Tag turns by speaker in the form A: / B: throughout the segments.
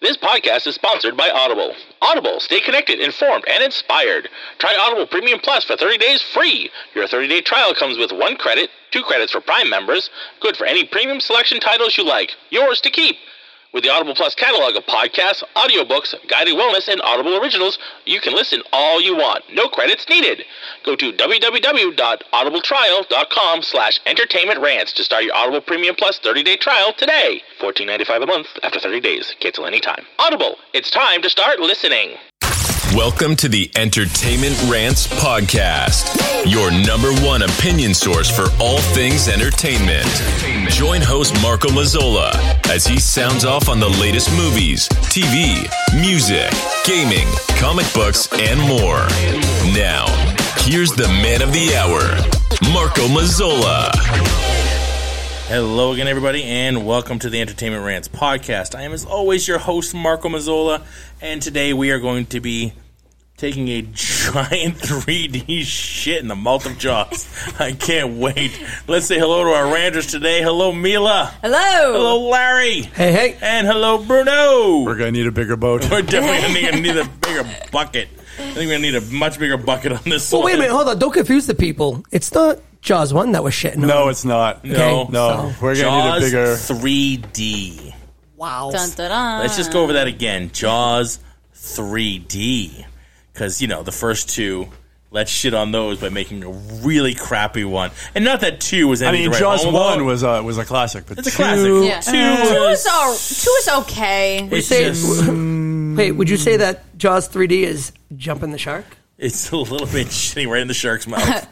A: This podcast is sponsored by Audible. Audible, stay connected, informed, and inspired. Try Audible Premium Plus for 30 days free. Your 30 day trial comes with one credit, two credits for Prime members, good for any premium selection titles you like, yours to keep. With the Audible Plus catalog of podcasts, audiobooks, guided wellness, and Audible originals, you can listen all you want. No credits needed. Go to www.audibletrial.com slash entertainment rants to start your Audible Premium Plus 30-day trial today. $14.95 a month after 30 days. Cancel anytime. Audible, it's time to start listening.
B: Welcome to the Entertainment Rants Podcast, your number one opinion source for all things entertainment. Join host Marco Mazzola as he sounds off on the latest movies, TV, music, gaming, comic books, and more. Now, here's the man of the hour, Marco Mazzola.
C: Hello again, everybody, and welcome to the Entertainment Rants podcast. I am, as always, your host, Marco Mazzola, and today we are going to be taking a giant 3D shit in the mouth of Jaws. I can't wait. Let's say hello to our ranters today. Hello, Mila.
D: Hello.
C: Hello, Larry.
E: Hey, hey.
C: And hello, Bruno.
E: We're gonna need a bigger boat.
C: We're definitely going to need a bigger bucket. I think we're going to need a much bigger bucket on this
F: Well,
C: one.
F: Oh, wait a minute, hold on. Don't confuse the people. It's not Jaws 1 that was shitting on.
E: No, Oh, it's not.
C: No.
F: So-
E: no. We're gonna
C: Jaws
E: need a bigger.
C: 3D.
F: Wow.
D: Dun, dun, dun.
C: Let's just go over that again. Jaws 3D. Because, you know, the first two, let's shit on those by making a really crappy one. And not that two was
E: I
C: any
E: mean,
C: right
E: Jaws
C: home
E: one
C: about.
E: was a was a classic, but
C: It's a
E: two-
C: classic.
D: Yeah.
C: Two,
D: Two
C: was.
D: is all, two is okay.
C: It's,
F: Say-
C: just,
F: Wait, would you say that Jaws 3D is jumping the shark?
C: it's a little bit shitty right in the shark's mouth.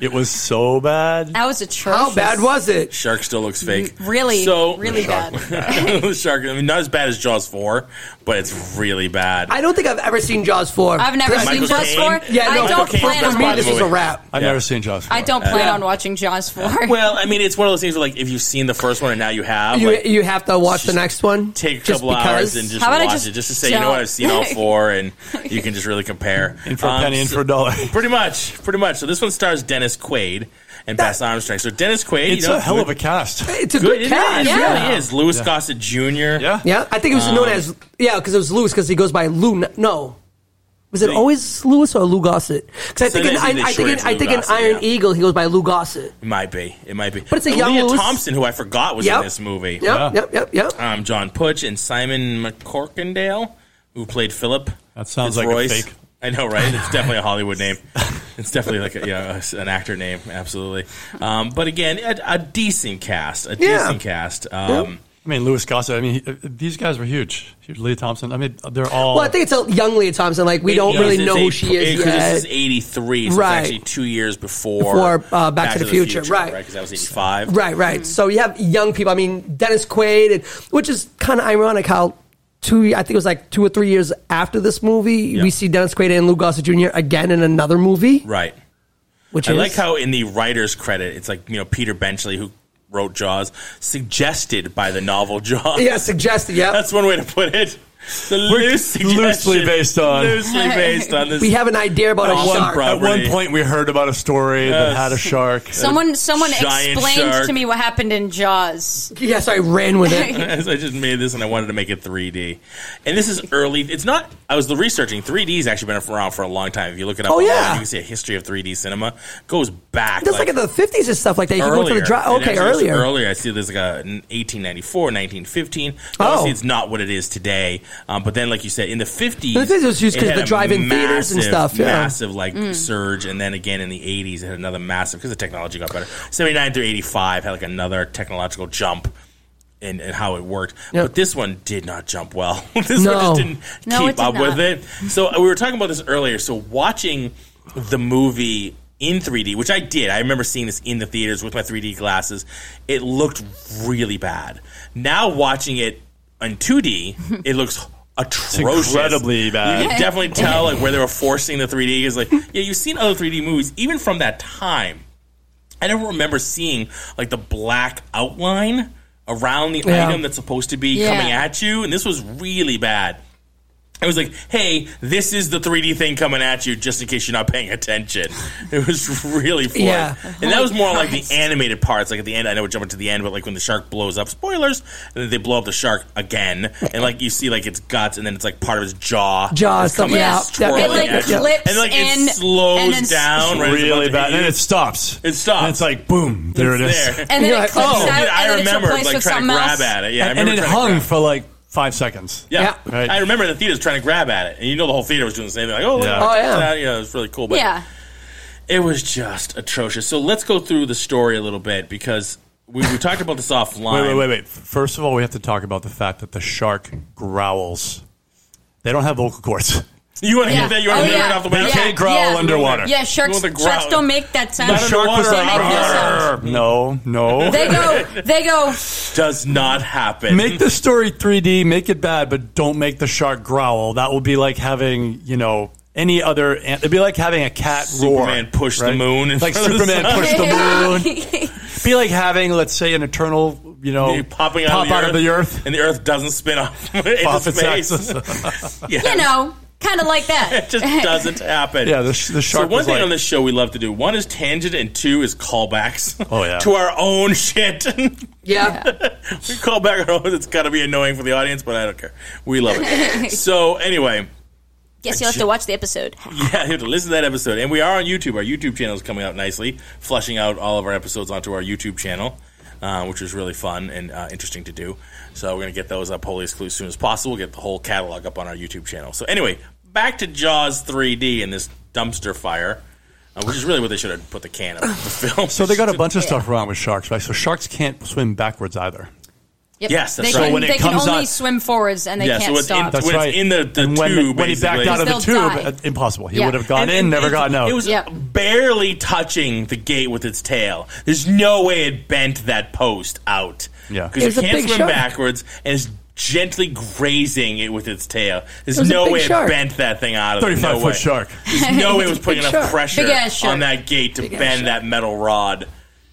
E: It was so bad.
D: That was atrocious.
F: How bad was it?
C: Shark still looks fake.
D: Really,
C: So-
D: really bad.
C: the shark, I mean, not as bad as Jaws 4, but it's really bad.
F: I don't think I've ever seen Jaws 4.
D: I've never
F: But-
D: seen
C: Michael
D: Jaws
C: Caine?
D: 4.
F: Yeah,
D: I
F: no,
D: don't
C: Caine
D: plan
C: was
F: for
D: on
F: me,
C: bad
F: this
D: watching,
F: was a
C: movie.
F: wrap.
E: I've
C: Yeah.
E: never seen Jaws.
D: I don't plan
C: Yeah.
D: on watching Jaws 4.
C: well, I mean, it's one of those things where, like, if you've seen the first one and now you have,
F: You,
C: like,
E: e-,
F: you have to watch the next one.
C: take a
F: just
C: couple hours
F: because?
C: and just
D: How about I
C: watch
D: just
C: it just to say, you know
D: don't?
C: what, I've seen all four, and you can just really compare.
E: In for a
C: Um,
E: penny, in
C: so-
E: for a dollar.
C: Pretty much, pretty much. So this one stars Dennis Quaid and Bess Armstrong. So Dennis Quaid,
E: It's
C: you know,
E: a hell of a
C: good-
E: cast.
F: It's a
C: good.
F: good
C: It is,
F: cast.
C: it
F: Yeah.
C: really is. Um, Louis Gossett Jr.
E: Yeah,
F: Yeah, I think it was known as yeah because it was Lewis because he goes by Lou. n- No, was it
C: They-
F: always Lewis or Lou Gossett? Because I think in,
C: Sometimes they
F: I, I think
C: shorten
F: in,
C: it to
F: I
C: Lou
F: think in
C: Gossett,
F: Iron
C: yeah.
F: Eagle he goes by Lou Gossett.
C: It might be. It might be.
F: But it's a young
C: Leah
F: Louis-
C: Thompson, who I forgot was
F: Yep.
C: in this movie.
F: Yep, yep, yep, yep.
C: Um, John Putch and Simon McCorkindale, who played Philip.
E: That sounds like a fake.
C: I know, right? It's definitely a Hollywood name. It's definitely like a, yeah, a- an actor name, absolutely. Um, but again, a, a decent cast, a
F: Yeah.
C: decent cast. Um,
E: I mean, Louis Gossett. I mean, he, uh, these guys were huge. Huge. Leah Thompson. I mean, they're all.
F: Well, I think it's a young Leah Thompson. Like we don't
C: Because
F: really
C: it's
F: know
C: a-
F: who she is
C: because
F: yet.
C: This is eighty three, so
F: Right.
C: it's actually two years before,
F: Before, uh, Back to the Future, right.
C: Because that was eighty five,
F: Right, right. So you have young people. I mean, Dennis Quaid, and, which is kind of ironic how two, I think it was like two or three years after this movie, we see Dennis Quaid and Lou Gossett Jr. again in another movie,
C: Right.
F: which
C: I
F: is
C: like how in the writer's credit, it's like you know Peter Benchley who wrote Jaws, suggested by the novel Jaws.
F: yeah, suggested. Yeah,
C: that's one way to put it. The Uh, loose suggestion,
E: loosely based on-
C: loosely based on this.
F: we have an idea about
C: At
F: a
C: one
F: shark.
C: pro-
E: at one
C: property.
E: point, we heard about a story that had a shark.
D: someone someone
C: giant
D: explained
C: shark.
D: to me what happened in Jaws.
F: Yes, I ran with it.
C: I just made this and I wanted to make it 3D. And this is early. It's not. I was researching 3D's actually been around for a long time. If you look it up,
F: Oh,
C: online,
F: yeah.
C: you can see a history of 3D cinema goes back.
F: That's like in the fifties and stuff like that. You can go to the dry.
C: It
F: Okay,
C: actually was
F: earlier.
C: Earlier, I see there's like a 1894, 1915. Obviously,
F: Oh.
C: it's not what it is today. Um, but then, like you said, in the 50s,
F: The 50s was used
C: it
F: 'cause
C: had
F: the
C: a
F: drive-in theaters and
C: massive,
F: stuff, yeah.
C: Massive like surge, and then again in the 80s, it had another massive because the technology got better. 79 through 85 had like another technological jump. And, and how it worked,
F: Yep.
C: but this one did not jump well. this one
F: No.
C: just didn't
D: No,
C: keep
D: it did
C: up with
D: not.
C: it. So uh, we were talking about this earlier. So watching the movie in 3D, which I did, I remember seeing this in the theaters with my 3D glasses. It looked really bad. Now watching it in 2D, it looks atrocious,
E: incredibly bad.
C: You can definitely tell like where they were forcing the 3D is like, yeah, you've seen other 3D movies even from that time. I don't remember seeing like the black outline around the
F: Yeah.
C: item that's supposed to be
D: Yeah.
C: coming at you, and this was really bad. It was like, hey, this is the 3D thing coming at you, just in case you're not paying attention. It was really fun,
F: Yeah.
C: and that was more like the
D: Christ.
C: animated parts. Like at the end, I know we're jumping to the end, but like when the shark blows up, spoilers, and then they blow up the shark again, and like you see like its guts, and then it's like part of its jaw,
F: Jaw
C: is
F: stuff,
C: coming
F: yeah.
C: out, swirling
F: It, like,
C: at you.
D: clips
C: and like it
D: in,
C: slows
D: and then s-
C: down, right, as it's about
E: really
C: to
E: bad.
C: hit
E: And
C: you.
E: it stops.
C: It stops.
E: And it's like, boom, there it is.
C: There.
D: And then
F: You're
D: it
F: like,
D: clips
F: oh.
D: out.
C: Dude, I
D: and then it's
C: remember
D: replaced
C: like
D: with
C: trying to
D: something
C: grab
D: else.
C: at it. Yeah, I
E: and,
C: remember
E: it
C: trying to
E: hung
C: grab-
E: for like five seconds.
C: Yeah,
F: Yeah.
E: Right.
C: I remember the theater's trying to grab at it, and you know the whole theater was doing the same thing. Like, oh, look,
E: Yeah.
C: it's
F: Oh, yeah.
C: out. you know, it was really cool. But
D: Yeah.
C: it was just atrocious. So let's go through the story a little bit because we, we talked about this offline.
E: Wait, wait, wait, wait. First of all, we have to talk about the fact that the shark growls. They don't have vocal cords.
C: You want to
D: Yeah.
C: hear that? You want
D: Oh,
C: to hear
D: yeah.
C: it off the bat?
D: Yeah.
E: can't growl underwater.
D: Yeah,
C: You
D: sharks,
C: want the
D: sharks
C: growl.
D: don't make that sound.
C: Not
E: Shark
C: underwater.
E: was
D: They make no sound.
E: No, no.
D: They go, they go,
C: Does not happen.
E: make the story 3D, make it bad, but don't make the shark growl. That will be like having, you know, any other. an- It'd be like having a cat
C: Superman
E: roar.
C: push the moon in
E: Like
C: front of the
E: Superman
C: sun.
E: push the moon. be like having, let's say, an eternal, you know,
C: You're popping out, of,
E: pop
C: the
E: out
C: earth,
E: of the earth.
C: and the earth doesn't spin off into
E: Off its
C: space.
E: axis.
C: Yeah.
D: you know, kind of like that.
C: it just doesn't happen.
E: Yeah, the sh- the shark
C: So one
E: was
C: thing
E: like-
C: on this show we love to do: one is tangent, and two is callbacks.
E: Oh, yeah.
C: to our own shit. we
F: Yeah.
C: call back our own. It's got to be annoying for the audience, but I don't care. We love it. so anyway,
D: Guess you'll have to watch the episode.
C: yeah, you have to listen to that episode, and we are on YouTube. Our YouTube channel is coming out nicely, flushing out all of our episodes onto our YouTube channel. Uh, which is really fun and uh, interesting to do. So we're going to get those up wholly as soon as possible. Get the whole catalog up on our YouTube channel. So anyway, back to Jaws 3D and this dumpster fire, uh, which is really where they should have put the can of the film.
E: So they got a bunch of stuff wrong with sharks, right? So sharks can't swim backwards either.
D: Yep.
C: Yes, that's
D: they
C: right.
D: Can,
C: So when
E: it
D: they
E: comes
D: can only
E: out-
D: swim forwards and they
C: Yeah, so it's
D: can't
C: in-
D: stop.
E: That's
C: When it's
E: right.
C: in the- the
E: And when,
C: tube,
E: when he backed
C: basically.
E: out of the tube,
D: They'll die.
E: uh, impossible. He
D: Yeah.
E: would have gone in, never
C: it,
E: gotten out.
C: It was
D: Yep.
C: barely touching the gate with its tail. There's no way it bent that post out.
E: Yeah.
C: because
F: was
C: it
F: a
C: can't
F: big
C: swim
F: shark.
C: backwards and it's gently grazing it with its tail. There's
F: It was a
C: no
F: big
C: way
F: shark.
C: it bent that thing out of there.
E: 35
C: no
E: foot
C: way.
E: shark.
C: There's no way it was putting
F: Big
C: enough
F: shark.
C: pressure
D: Big ass shark.
C: on that gate to
F: ass
C: bend
F: shark.
C: that metal rod.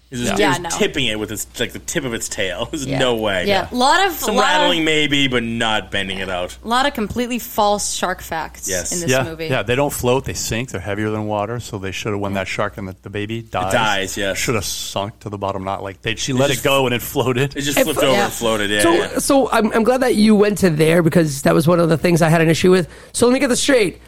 C: It was, just-
D: Yeah.
C: it was
D: Yeah, no.
C: tipping it with its like the tip of its tail. There's no way.
D: Yeah, a lot of
C: Some
D: lot
C: rattling
D: Of,
C: maybe, but not bending it out.
D: lot of completely false shark facts
C: Yes.
D: in this
E: yeah,
D: movie.
E: yeah. They don't float; they sink. They're heavier than water, so they should have when that shark and the, the baby dies.
C: dies, yes.
E: should have sunk to the bottom. Not like they. She let
C: just-
E: it go and it floated.
C: It just
F: If-
C: flipped over
D: yeah.
C: and floated. Yeah,
F: So,
C: yeah.
F: so I'm, I'm glad that you went to there because that was one of the things I had an issue with. So let me get this straight.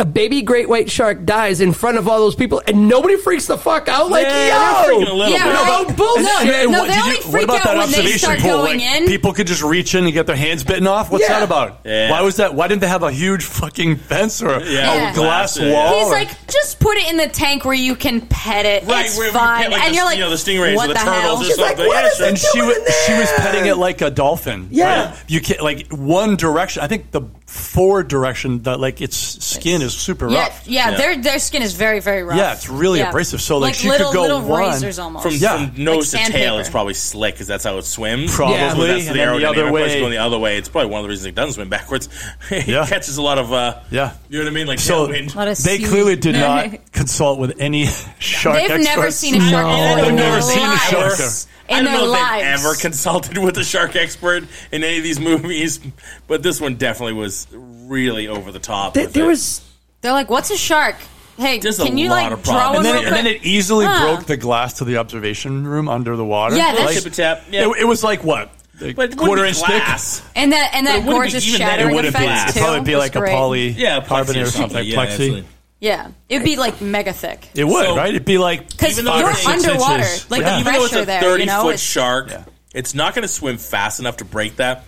F: A baby great white shark dies in front of all those people, and nobody freaks the fuck out. Like,
C: Yeah, they're freaking a
F: yo,
C: little
D: Yeah,
C: bit.
D: right?
F: No, no, bull-
D: Oh, No,
F: and-
D: no,
F: and
E: what-
D: they
E: did
D: only
E: you-
D: freak
E: what about
D: out
E: that
D: when they
E: observation
D: start
E: pool?
D: going
E: Like,
D: in.
E: People could just reach in and get their hands bitten off. What's
F: Yeah.
E: that about?
C: Yeah.
E: Why was that? Why didn't they have a huge fucking fence or
D: Yeah.
E: a glass
C: Yeah.
E: wall?
D: He's
E: or-
D: like, just put it in the tank where you can pet it.
C: Right,
D: it's
C: where we
D: fine.
C: pet, like,
D: and
C: the-
D: you're like,
C: you know, the stingrays or
D: what
C: the
D: the,
C: turtles
D: hell?
C: or
D: She's
C: something.
D: like,
F: like, what
C: yeah,
F: is
C: sure.
E: and she
F: doing
E: was she was
F: there?
E: petting it like a dolphin.
F: Yeah.
E: Right? you can't like one direction. I think the forward direction that like its skin is super
D: yeah,
E: rough.
D: yeah,
C: Yeah.
D: their their skin is very very rough.
E: Yeah, it's really abrasive. So, like, she could
D: little,
E: go
D: little
E: one
D: razors almost.
C: from,
E: Yeah.
C: from nose
D: Like
C: to tail,
D: sandpaper.
C: it's probably slick because that's how it swims.
E: Probably,
C: That's
E: and
C: the
E: then the
C: aerodynamic
E: other
C: approach
E: way-
C: going the other way. It's probably one of the reasons it doesn't swim backwards. it
E: Yeah.
C: catches a lot of uh,
E: Yeah.
C: you know what I mean, like
E: So
C: tailwind.
D: Lot of
E: they
D: sea-
E: clearly did not consult with any shark
D: They've
E: experts.
D: never seen a shark
F: No.
D: before
F: They've
D: in
E: never
D: their
E: seen a shark.
D: lives.
C: I
D: In
C: don't
D: their
C: know if
D: lives.
C: they've ever consulted with a shark expert in any of these movies, but this one definitely was really over the top.
F: there,
C: with
F: there
C: it.
F: was
D: They're like, what's a shark? Hey,
C: There's a
D: can you
C: lot
D: like
C: of
D: draw
C: problems.
D: one
E: and then,
D: real
E: and then
D: quick?
E: it easily
D: Huh.
E: broke the glass to the observation room under the water.
D: Yeah, that's-
E: like,
C: Tip-a-tap, yeah.
E: It, it was like what, a
C: But it wouldn't
E: quarter
C: be
E: inch
C: glass.
E: thick.
D: And that and
C: it
D: that
C: wouldn't be
D: gorgeous
C: even that, it
D: shattering
C: wouldn't be.
D: effect
E: It'd
D: too.
E: probably be
D: was
E: like a
D: great.
E: poly
C: Yeah, plexi
E: carbonate
C: or
E: or
C: something.
E: something,
C: Yeah,
E: plexi.
C: absolutely.
D: Yeah, it'd be like mega thick.
E: It would,
C: So-
E: right? It'd be like
D: Because
C: Even
D: you're
C: though they're six
D: underwater,
E: inches.
D: like
E: Yeah.
D: the
C: even though it's
D: pressure
C: a
D: there. You know,
C: foot
D: it's-
C: shark, it's not going to swim fast enough to break that.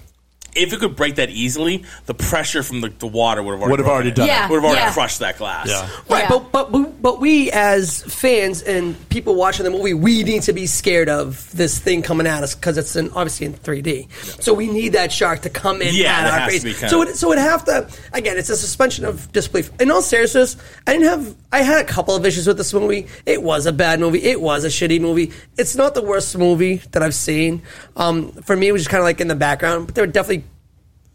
C: If it could break that easily, the pressure from the, the water would have already
E: Would have already done it.
D: Yeah,
C: Would have already
D: yeah.
C: crushed that glass.
E: Yeah.
F: right,
D: Yeah.
F: but, but but but we as fans and people watching the movie, we need to be scared of this thing coming at us because it's in, obviously in 3D. So we need that shark to come in
C: Yeah,
F: at
C: that
F: our
C: has to
F: face.
C: be kinda-
F: so it, so it have to again. It's a suspension of disbelief. In all seriousness, I didn't have. I had a couple of issues with this movie. It was a bad movie. It was a shitty movie. It's not the worst movie that I've seen. Um, for me, it was just kind of like in the background, but there were definitely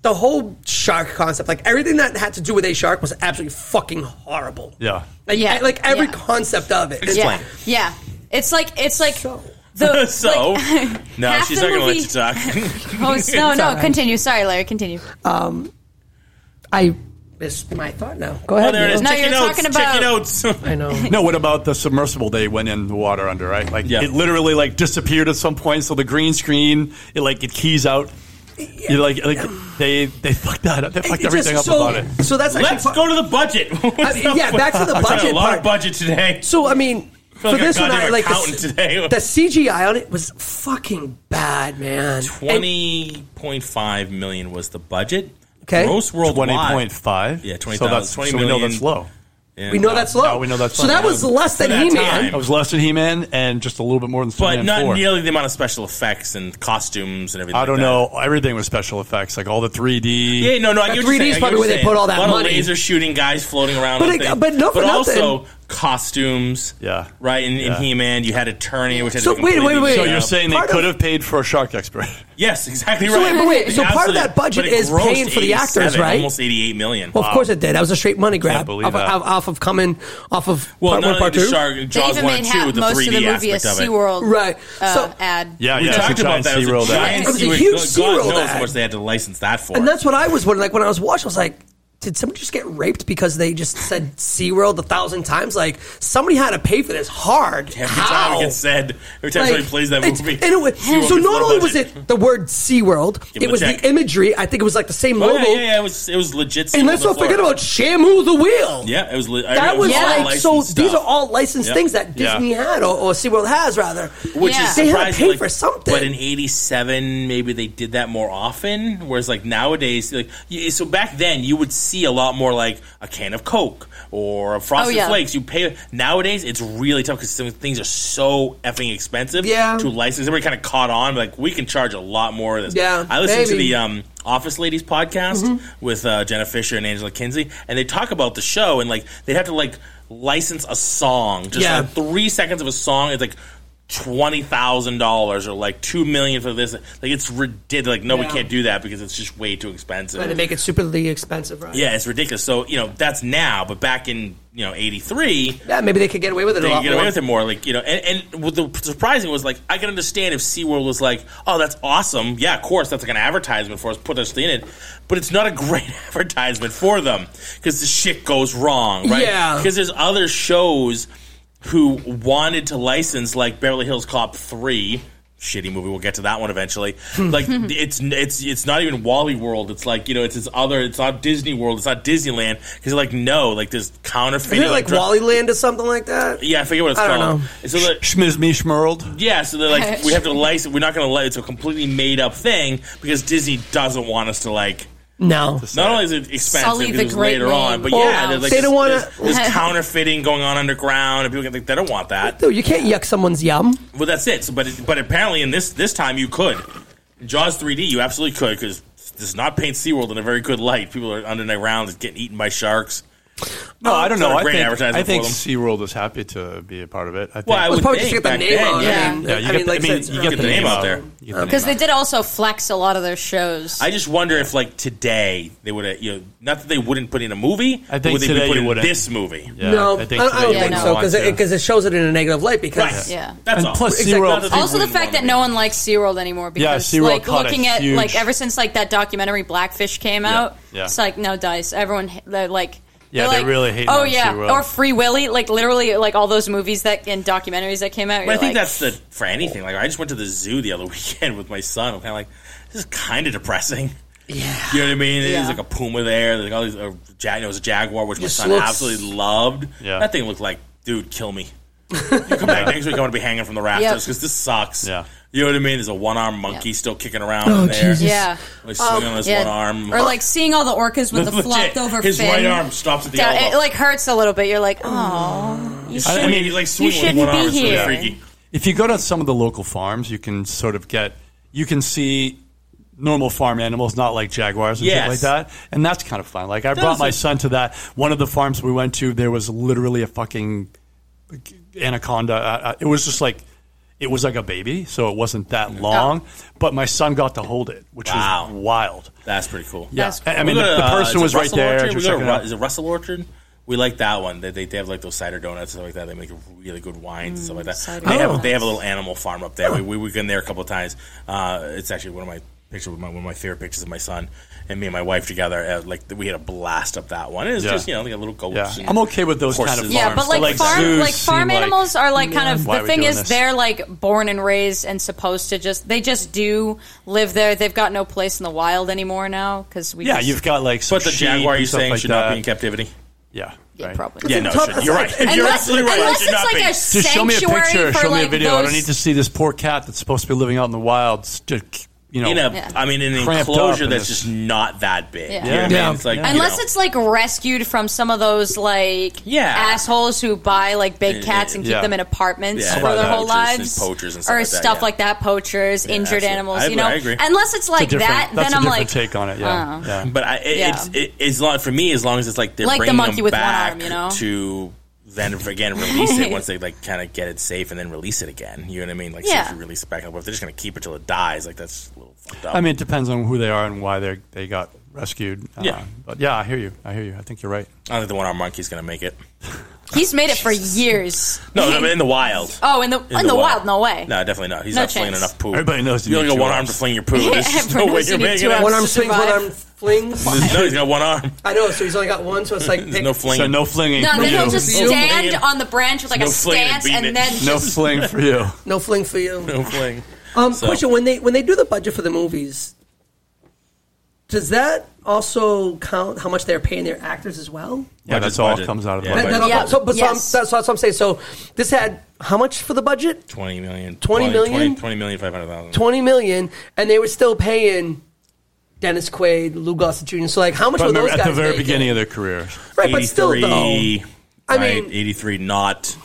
F: the whole shark concept, like everything that had to do with a shark, was absolutely fucking horrible.
E: Yeah.
F: like,
D: Yeah,
F: like every
D: yeah.
F: concept of it.
D: yeah, yeah. It's like it's like
F: So-
D: the
C: So,
D: like-
C: no,
D: half
C: she's
D: the
C: not going to let
D: movie-
C: you talk.
D: Oh it's- no, no, continue. Sorry, Larry, continue.
F: I is my thought now. Go ahead.
C: Oh, there it
F: Neil.
C: is.
D: No,
C: Check your
D: you're
C: notes.
D: talking
C: Check your
D: about-
C: notes.
F: I know.
E: No, what about the submersible they went in the water under, right? Like
C: Yeah.
E: it literally like disappeared at some point, so the green screen it like it keys out. You like like they they fucked that up. They fucked
F: It just-
E: everything up
F: so,
E: about it.
F: So that's actually
C: Let's go to the budget. What's
F: I mean, yeah,
C: up?
F: back to the
C: We're talking
F: budget
C: A lot
F: part.
C: of budget today.
F: So I mean,
C: feel
F: for
C: like a
F: this one, I
C: goddamn
F: like the,
C: accountant
F: s-
C: today.
F: the CGI on it was fucking bad, man. And-
C: Twenty point five million was the budget.
F: Okay.
C: Gross
E: Twenty
C: worldwide.
E: point five.
C: Yeah,
E: So
C: 20,000,
E: that's
C: 20
E: so we know
C: million.
E: that's low.
C: And,
F: we know
C: uh,
F: that's low.
E: no, we know that's
F: so
E: low.
F: that was less
C: For
F: than
C: that
F: He Man.
C: time.
E: I was less than He Man and just a little bit more than
C: but
E: Superman
C: not
E: 4.
C: nearly the amount of special effects and costumes and everything.
E: I don't
C: like that.
E: know. Everything was special effects, like all the 3D.
C: Yeah, no, no. I
F: But
C: get what
F: 3D
C: you're saying. I
F: is
C: get
F: probably
C: what
F: where
C: you're
F: they put all that
C: saying. A lot
F: money.
C: Of laser shooting guys floating around.
F: But
C: on
F: it-
C: things.
F: but not for
C: also
F: nothing.
C: costumes.
E: Yeah.
C: right. In,
E: Yeah.
C: in He-Man, you had Eternia, which had
F: So
C: to
F: wait, wait, wait.
E: So
F: Yeah.
E: you're saying they
F: Part of-
E: could have paid for a shark expert?
C: yes, exactly
F: So
C: right.
F: wait, wait, wait. So
C: Absolutely.
F: part of that budget
C: But it
F: is
C: grossed
F: paying for the actors,
C: 87,
F: right?
C: Almost eighty-eight million.
F: Well, of course it did. That was a straight money grab
E: believe
F: off,
E: that.
F: off, off of coming off of
C: Well,
F: part
C: not
F: one,
C: only
F: part
C: the
F: two.
C: shark,
D: They
C: Jaws
D: even
C: one and
D: made
C: two
D: half,
C: with the
D: most of
C: 3D
D: the movie a
C: aspect of it.
D: SeaWorld
F: Right.
D: uh,
F: So-
D: ad.
E: Oh, Yeah,
C: We
E: yeah.
C: talked
E: it's a
C: about
E: giant
C: that. It
E: SeaWorld
C: was a
E: ad.
C: giant
F: It was a
C: SeaWorld-
F: huge
C: God
F: SeaWorld
C: knows how
F: ad.
C: much they had to license that for.
F: And that's what I was wondering. Like when I was watching, I was like, did somebody just get raped because they just said SeaWorld a thousand times? Like somebody had to pay for this hard.
C: every
F: How?
C: time it gets said, every time somebody
F: Like,
C: plays that
F: it's-
C: movie.
F: and it was-
C: SeaWorld
F: so
C: gets
F: not
C: low
F: only was
C: budget.
F: it the word SeaWorld,
C: Give 'em
F: it
C: a
F: was
C: check.
F: the imagery. I think it was like the same
C: Oh,
F: logo.
C: yeah, yeah, yeah, it was it was legit.
F: And let's
C: SeaWorld
F: not
C: of
F: forget
C: Florida.
F: about Shamu the Wheel.
C: Yeah, it was. le- I
F: That
C: remember
F: was
C: it all
F: like
C: licensed
F: so. These
C: stuff.
F: are all licensed
C: Yeah.
F: things that
E: Yeah.
F: Disney had or, or SeaWorld has rather.
C: which
D: Yeah.
C: is
D: They
F: had to
C: surprising.
F: pay
C: like,
F: for something.
C: But in '87, maybe they did that more often. Whereas, like nowadays, like you, so back then, you would see a lot more like a can of Coke or a Frosted
D: Oh, yeah.
C: Flakes. You pay nowadays; it's really tough because things are so effing expensive.
F: Yeah.
C: to license, everybody kind of caught on. Like we can charge a lot more of this.
F: Yeah,
C: I listened to
F: maybe. Mm-hmm.
C: the um, Office Ladies podcast with uh, Jenna Fisher and Angela Kinsey, and they talk about the show and like they'd have to like license a song, just
F: Yeah.
C: like three seconds of a song is like twenty thousand dollars or like two million for this. Like it's ridiculous. Like no, we
F: Yeah.
C: can't do that because it's just way too expensive.
F: And to make it superly expensive, right?
C: yeah, it's ridiculous. So you know that's now, but back in you know eighty three.
F: Yeah, maybe they could get away with it.
C: They
F: a lot
C: could get away
F: more.
C: with it more, like you know, and, and what the surprising was like I can understand if SeaWorld was like, oh, that's awesome, yeah, of course, that's like an advertisement for us, put us in it, but it's not a great advertisement for them because the shit goes wrong, right?
F: Yeah.
C: because there's other shows who wanted to license like Beverly Hills Cop 3 shitty movie we'll get to that one eventually like it's it's it's not even Wally World it's like you know it's this other it's not Disney World it's not Disneyland cuz like no like there's counterfeit
F: Isn't it like
C: dr-
F: Wally Land or something like that?
C: yeah I forget what it's
F: I don't
C: called
F: know.
C: And so like,
E: Schmiz me schmurled.
C: yeah so they're like we have to license we're not going to let it's a completely made up thing because Disney doesn't want us to like
F: No.
C: not only is it expensive
D: Sully
C: because
D: the
C: it's
D: great
C: later
D: name.
C: on, but
D: Oh,
C: yeah, there's like
F: they
C: this-
F: don't wanna-
C: there's, there's counterfeiting going on underground, and people can think they don't want that.
F: Dude, you can't yuck someone's yum.
C: Well, that's it. So, but it, but apparently in this this time you could Jaws 3D. You absolutely could because does not paint SeaWorld in a very good light. People are underneck rounds getting eaten by sharks.
E: No, I don't
C: It's not
E: know.
C: a
E: I
C: great
E: think,
C: advertisement
E: I think
C: for them.
E: SeaWorld is happy to be a part of it. I think.
C: Well, I
F: It was
C: would
F: probably
C: think
F: just to get the
C: back
F: name
C: then,
F: on.
D: yeah.
F: I mean,
E: Yeah, you
F: I
E: get
F: mean,
E: the-
F: like
E: I mean,
F: since-
E: you get
C: the name out there.
E: You get the
D: Because
E: name
D: they did also flex a lot of their shows.
C: I just wonder if like today they would have you know not that they wouldn't put in a movie.
E: I think
C: but would they be
E: today
C: put
E: you
C: in
E: wouldn't.
C: this movie.
E: out. Yeah,
F: no, I,
E: I
F: I don't
E: they
F: think
E: would
F: so
E: want
F: because it,
E: to.
F: 'cause it shows it in a negative light. Because
C: Right.
D: Yeah.
C: That's
E: And
C: all.
E: plus
C: Exactly.
E: SeaWorld-
C: Not that they
D: also the
C: wouldn't
D: fact
C: want
D: that
C: to
D: no
C: be.
D: one likes SeaWorld anymore
E: Yeah,
D: because
E: SeaWorld
D: like
E: caught a
D: looking at
E: huge-
D: like ever since like that documentary Blackfish came out,
E: yeah.
D: it's like no dice. Everyone h- they're like
E: Yeah,
D: they're
E: they
D: like,
E: really hate
D: Oh
E: on
D: yeah,
E: SeaWorld.
D: or Free Willy, like literally like all those movies that and documentaries that came out.
C: But I
D: you're
C: think
D: like,
C: that's the for anything. Like I just went to the zoo the other weekend with my son. I'm kind of like, this is kind of depressing. Yeah, you know what I mean. There's
D: Yeah.
C: like a puma there. There's like all these. Uh, jag- you know, it was a jaguar, which my
F: Just
C: son
F: looks-
C: absolutely loved.
E: Yeah.
C: that thing looked like, dude, kill me. You come back next week. I want to be hanging from the rafters because this sucks.
E: Yeah. Oh,
C: you know what I mean. There's a one arm monkey
D: Yeah.
C: still kicking around. in there.
F: Jesus.
D: yeah. Um,
C: like swinging on his
D: Yeah.
C: one arm.
D: or like seeing all the orcas with the
C: Legit,
D: flopped over
C: his
D: fin.
C: right arm Mm. stops at the
D: Down-
C: elbow.
D: it like hurts a little bit. You're like, oh, you
C: I
D: shouldn't,
C: mean, he's like
D: you
C: swinging with
D: shouldn't
C: one
D: be
C: arm. It's really
D: here.
C: freaky.
E: if you go to some of the local farms, you can sort of get you can see normal farm animals, not like jaguars and
C: Yes.
E: shit like that. And that's kind of fun. Like I brought
C: is
E: my
C: a-
E: son to that one of the farms we went to. There was literally a fucking anaconda. Uh, uh, it was just like. It was like a baby, so it wasn't that long. But my son got to hold it, which
C: Wow.
E: was wild.
C: That's pretty cool.
E: Yeah,
D: That's
E: I- I mean,
C: We
E: the,
C: go to,
E: the
C: uh, is
E: person
C: it
E: was right
C: Russell
E: there.
C: Orchard?
E: just
C: We go to
E: checking it
C: Ru-
E: out.
C: is it Russell Orchard? We like that one. They, they, they have like those cider donuts and stuff like that. They make really good wines and stuff like that.
D: Mm, cider
C: They have
D: donuts.
C: they have a little animal farm up there. We we, we go in there a couple of times. Uh, it's actually one of my picture with my, one of my favorite pictures of my son and me and my wife together. Uh, like we had a blast up that one. It was
E: Yeah.
C: just you know like a little goats.
E: Yeah.
C: and
E: I'm okay with those kind of
C: horses.
E: farms.
D: Yeah, but like,
E: Like
D: farm,
E: zoos
D: like farm
E: seem like-
D: animals are like kind of
E: Why
D: the
E: are we
D: thing
E: doing
D: is
E: this?
D: they're like born and raised and supposed to just they just do live there. They've got no place in the wild anymore now because we
E: Yeah,
D: just,
E: you've got like some
C: But the
E: sheep
C: jaguar
E: and
C: you're
E: stuff
C: saying
E: like
C: should
E: that.
C: not be in captivity.
E: Yeah,
D: Yeah,
E: right.
D: probably.
C: Yeah, no, it should, you're right. you're
D: Unless,
C: absolutely right.
D: unless
C: it should
D: it's
C: not
D: like
C: be.
D: a
E: Just show me a
D: sanctuary
E: picture.
D: for
E: Show me
D: like
E: a video. I
D: Those,
E: don't need to see this poor cat that's supposed to be living out in the wild. It's just, you know,
C: in a, I mean, an
E: cramped up
C: enclosure
E: in
C: that's
E: this-
C: just not that big.
D: Yeah.
C: You know what I mean?
E: Yeah.
C: It's like, you
D: Unless
C: know.
D: it's like rescued from some of those like
C: Yeah.
D: assholes who buy like big cats and keep
E: yeah.
D: them in apartments
C: Yeah,
D: for their
C: poachers
D: whole
C: and
D: lives,
C: poachers and stuff
D: or
C: like that,
D: stuff
C: yeah.
D: like that, poachers, injured
C: absolutely.
D: animals.
C: I-
D: you know,
C: I agree.
D: unless it's
E: it's a
D: like
E: different-
D: that, then
E: that's a
D: I'm
E: different
D: like,
E: take on it. Yeah,
D: uh,
E: yeah.
C: But I, it,
D: Yeah.
C: it's it, as long for me, as long as it's like they're
D: Like the
C: bringing
D: monkey
C: them
D: with one
C: back
D: arm, you know?
C: to then again release it once they like kind of get it safe and then release it again. You know what I mean? Like
D: Yeah.
C: safely release it back up. If they're just gonna keep it till it dies, like that's a little fucked up.
E: I mean, it depends on who they are and why they they got rescued. Uh,
C: Yeah.
E: but yeah, I hear you. I hear you. I think you're right.
C: I don't think the one arm monkey's gonna make it.
D: he's made it for years.
C: No, no, in the wild.
D: Oh, in the in, the, wild, no way.
C: No, definitely not. He's
D: No
C: not flinging
D: chance.
C: enough poo.
E: Everybody knows you
C: you only
E: need
C: got
E: two
C: one arm
E: arms.
C: to fling your poo.
D: Yeah,
C: There's just no
D: everyone
C: way
D: knows
C: you're
D: you need
C: making
D: two
C: it.
D: arms.
F: One arm swings, one
D: Survive.
F: arm flings.
C: No, he's got one arm.
F: I know, so he's only got one, so it's like
C: There's no flinging.
E: So no flinging
D: No,
E: for
D: then
E: you.
D: he'll just
C: No
D: stand
C: flinging.
D: on the branch with like
C: No
D: a
C: flinging and
D: stance,
C: beating
D: and,
C: it.
D: then
E: no
D: just
E: fling for you.
F: no fling for you.
C: No fling.
F: Um,
C: So-
F: question: When they when they do the budget for the movies, does that also count how much they're paying their actors as well?
E: Yeah,
C: Budget's
E: that's all
C: budget.
E: comes out of the
C: Yeah.
F: That,
E: budget.
F: that all
D: Yeah.
F: counts. So, but so I'm-
D: Yes.
F: that's, that's what I'm saying. So this had how much for the budget?
C: 20 million.
F: 20 million?
C: 20 million 500,000.
F: Twenty million, and they were still paying Dennis Quaid, Lou Gossett Jr. So like, how much
E: But
F: were
E: remember,
F: those
E: at
F: guys
E: the very
F: making?
E: beginning of their careers,
F: right? But still, though,
C: 83,
F: I
C: right,
F: mean-
C: 83, not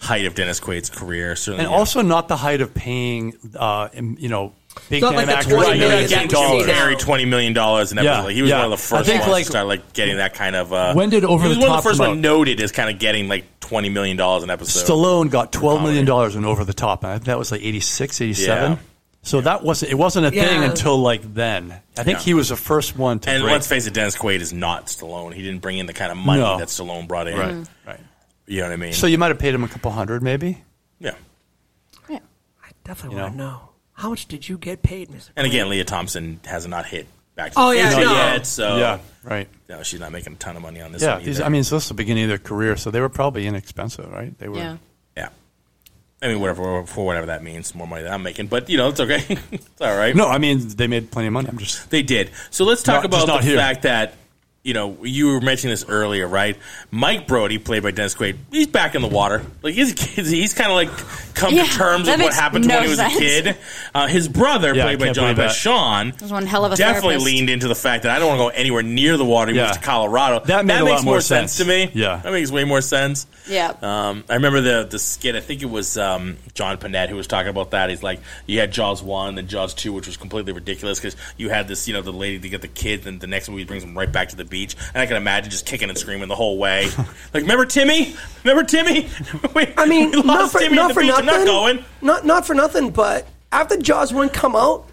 C: height of Dennis Quaid's career. Certainly,
E: and also not the height of paying, uh, im- you know, big
F: Not
E: name
F: like the
E: actors
F: 20
E: like
F: million that
E: that get
F: we see
E: dollars.
F: now.
C: Carry twenty million dollars in episode.
E: Yeah,
C: Like, he was
E: yeah.
C: one of the
E: I
C: first
E: think,
C: ones
E: like-
C: to start like getting that kind of. Uh,
E: When did Over
C: he was
E: the
C: one of
E: Top
C: the first
E: come
C: one
E: out?
C: noted as kind of getting like twenty million dollars an episode.
E: Stallone got twelve million dollars and over the top. And I think that was like 86, 87.
C: Yeah.
E: So that wasn't it wasn't a thing
F: Yeah.
E: until like then. I think
C: Yeah.
E: he was the first one to
C: and
E: break.
C: let's face it, Dennis Quaid is not Stallone. He didn't bring in the kind of money
E: No.
C: that Stallone brought in.
E: right,
C: Mm-hmm.
E: right.
C: You know what I mean?
E: So you might have paid him a couple hundred, maybe.
C: yeah.
F: I definitely
E: You
F: want to
E: know.
F: know how much did you get paid, Mister?
C: And again, Leah Thompson has not hit back. To
F: Oh,
C: the
F: yeah,
C: Future
F: no.
C: yet, so
E: yeah, right.
C: no, she's not making a ton of money on this.
E: Yeah,
C: one
E: these,
C: either.
E: I mean, so this is the beginning of their career, so they were probably inexpensive, right? They were.
D: yeah.
C: yeah. I mean, whatever for whatever that means, more money than I'm making, but you know, it's okay. it's all right.
E: No, I mean they made plenty of money. I'm just
C: They did. So let's talk
E: Not- just
C: about
E: not
C: the
E: here.
C: fact that you know you were mentioning this earlier, right? Mike Brody, played by Dennis Quaid, he's back in the water. Like he's he's, he's kind of like come
D: Yeah,
C: to terms
D: that
C: with what
D: makes
C: happened
D: no
C: when he was
D: sense.
C: a kid. Uh, his brother,
E: Yeah, I
C: played by
E: can't
C: John
E: believe that.
C: Bashon,
D: was one hell of a
C: definitely
D: therapist.
C: leaned into the fact that I don't want to go anywhere near the water. He
E: Yeah.
C: moved to Colorado.
E: That made a
C: makes
E: lot
C: more
E: more
C: sense. to
E: sense.
C: me.
E: Yeah.
C: that makes way more sense.
D: Yeah.
C: Um, I remember the the skit. I think it was um, John Panette who was talking about that. He's like, you had Jaws one, then Jaws two, which was completely ridiculous because you had this, you know, the lady to get the kid, and the next movie brings them right back to the beach. And I can imagine just kicking and screaming the whole way. like, remember Timmy? Remember Timmy? we,
F: I mean,
C: we lost
F: not for,
C: Timmy
F: not
C: at the
F: for
C: beach.
F: nothing.
C: I'm not going.
F: Not not for nothing, but after Jaws one come out,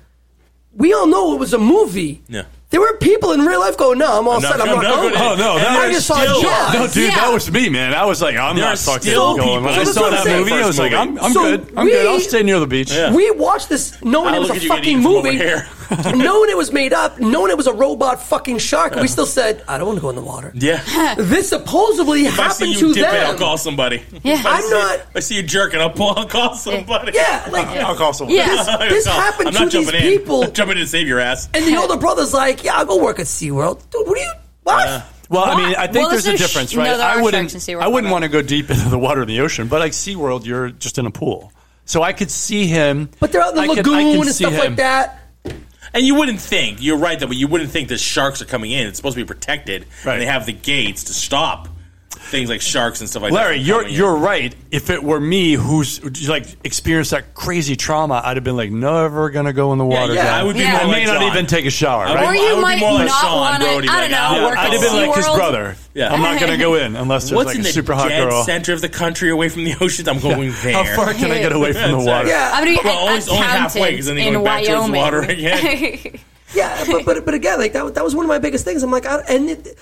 F: we all know it was a movie.
C: Yeah.
F: There were people in real life going, "No, I'm all
C: not-
F: set. I'm,
C: I'm
F: not,
C: not
F: going."
C: gonna- Oh, no,
F: And
C: that
F: I
C: is
F: just saw
C: still-
F: Jaws.
E: No, dude,
D: yeah.
E: that was me, man. I was like, I'm
C: There are
E: not fucking
C: still
E: going. When
C: people-
E: I
C: So
E: saw
F: that's
E: that
F: what I'm
E: movie,
C: saying.
E: I was like, I'm, I'm
F: So
E: good. I'm
F: we-
E: good. I'll stay near the beach.
F: We watched this knowing
C: I'll
F: it was
C: look
F: a
C: at you getting
F: fucking
C: eaten from over
F: movie,
C: here.
F: knowing it was made up, knowing it was a robot fucking shark. and We still said, "I don't want to go in the water."
C: Yeah.
F: This supposedly
C: If I see
F: happened
C: you
F: to
C: dipping, I'll
F: them.
C: call somebody.
D: Yeah.
C: If I
F: I'm
C: see,
F: not-
C: If I see you jerking, I'll pull. I'll call somebody.
F: yeah, like
E: I'll call someone.
D: Yeah.
F: This- this happened
C: I'm not
F: to these
C: jumping in.
F: people.
C: I'm jumping in to save your ass.
F: and the older brother's like, "Yeah, I'll go work at SeaWorld." Dude, what are you? What?
E: Well, I
D: Why?
E: mean, I think
D: Well,
E: there's a
D: there's no
E: difference,
D: sh-
E: right?
D: no, there
E: I
D: are
E: wouldn't,
D: sharks in SeaWorld,
E: I wouldn't
D: but-
E: want to go deep into the water in the ocean, but like SeaWorld, you're just in a pool. So I could see him.
F: but they're out in the
E: I could- I
F: lagoon
E: can
F: and
E: see
F: stuff like
E: him.
F: that.
C: And you wouldn't think you're right though, but you wouldn't think that sharks are coming in. It's supposed to be protected,
E: Right.
C: and they have the gates to stop things like sharks and stuff like that.
E: Larry,
C: from
E: you're
C: coming in.
E: you're right. If it were me who's like experienced that crazy trauma, I'd have been like, never gonna go in the water.
C: yeah,
E: again.
C: I would be
D: Yeah.
C: more
E: I may
C: like
E: not
C: John.
E: even take a shower.
C: I would-
E: Right?
D: Or
C: I
D: you
C: would be
D: might
C: more like
D: not
C: Sean
D: want to,
C: Brody
D: I
C: right
D: don't
C: now.
D: know,
C: Yeah,
D: work
E: I'd
D: at
E: have been like his
D: SeaWorld.
E: brother.
C: Yeah.
E: I'm not gonna go in unless there's
C: What's
E: like
C: in
E: a
C: the
E: super hot
C: dead
E: girl.
C: center of the country, away from the oceans? I'm going there.
E: How far can I get away from the
C: That's it.
E: water?
F: Yeah.
D: I'm gonna be
C: Well,
D: an
C: always- only halfway, 'cause then
D: accountant
C: you're
D: in
C: going back towards
D: Wyoming.
C: water again.
F: Yeah, but, but but again, like that, that was one of my biggest things. I'm like, I, and it,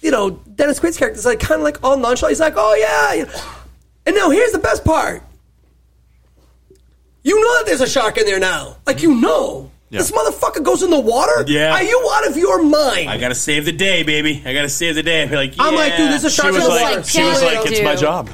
F: you know, Dennis Quaid's character is like kind of like all nonchalant. He's like, oh yeah, you know. and now here's the best part. You know that there's a shark in there now. Like you know, This motherfucker goes in the water.
C: Yeah.
F: Are you out of your mind?
C: I gotta save the day, baby. I gotta save the day. I'd be like,
F: I'm like, dude,
C: yeah.
F: there's a
E: She
F: shark in
E: was
F: the
E: like,
F: water.
E: she was
D: Tell
E: like,
D: it
E: it's
D: to.
E: my job.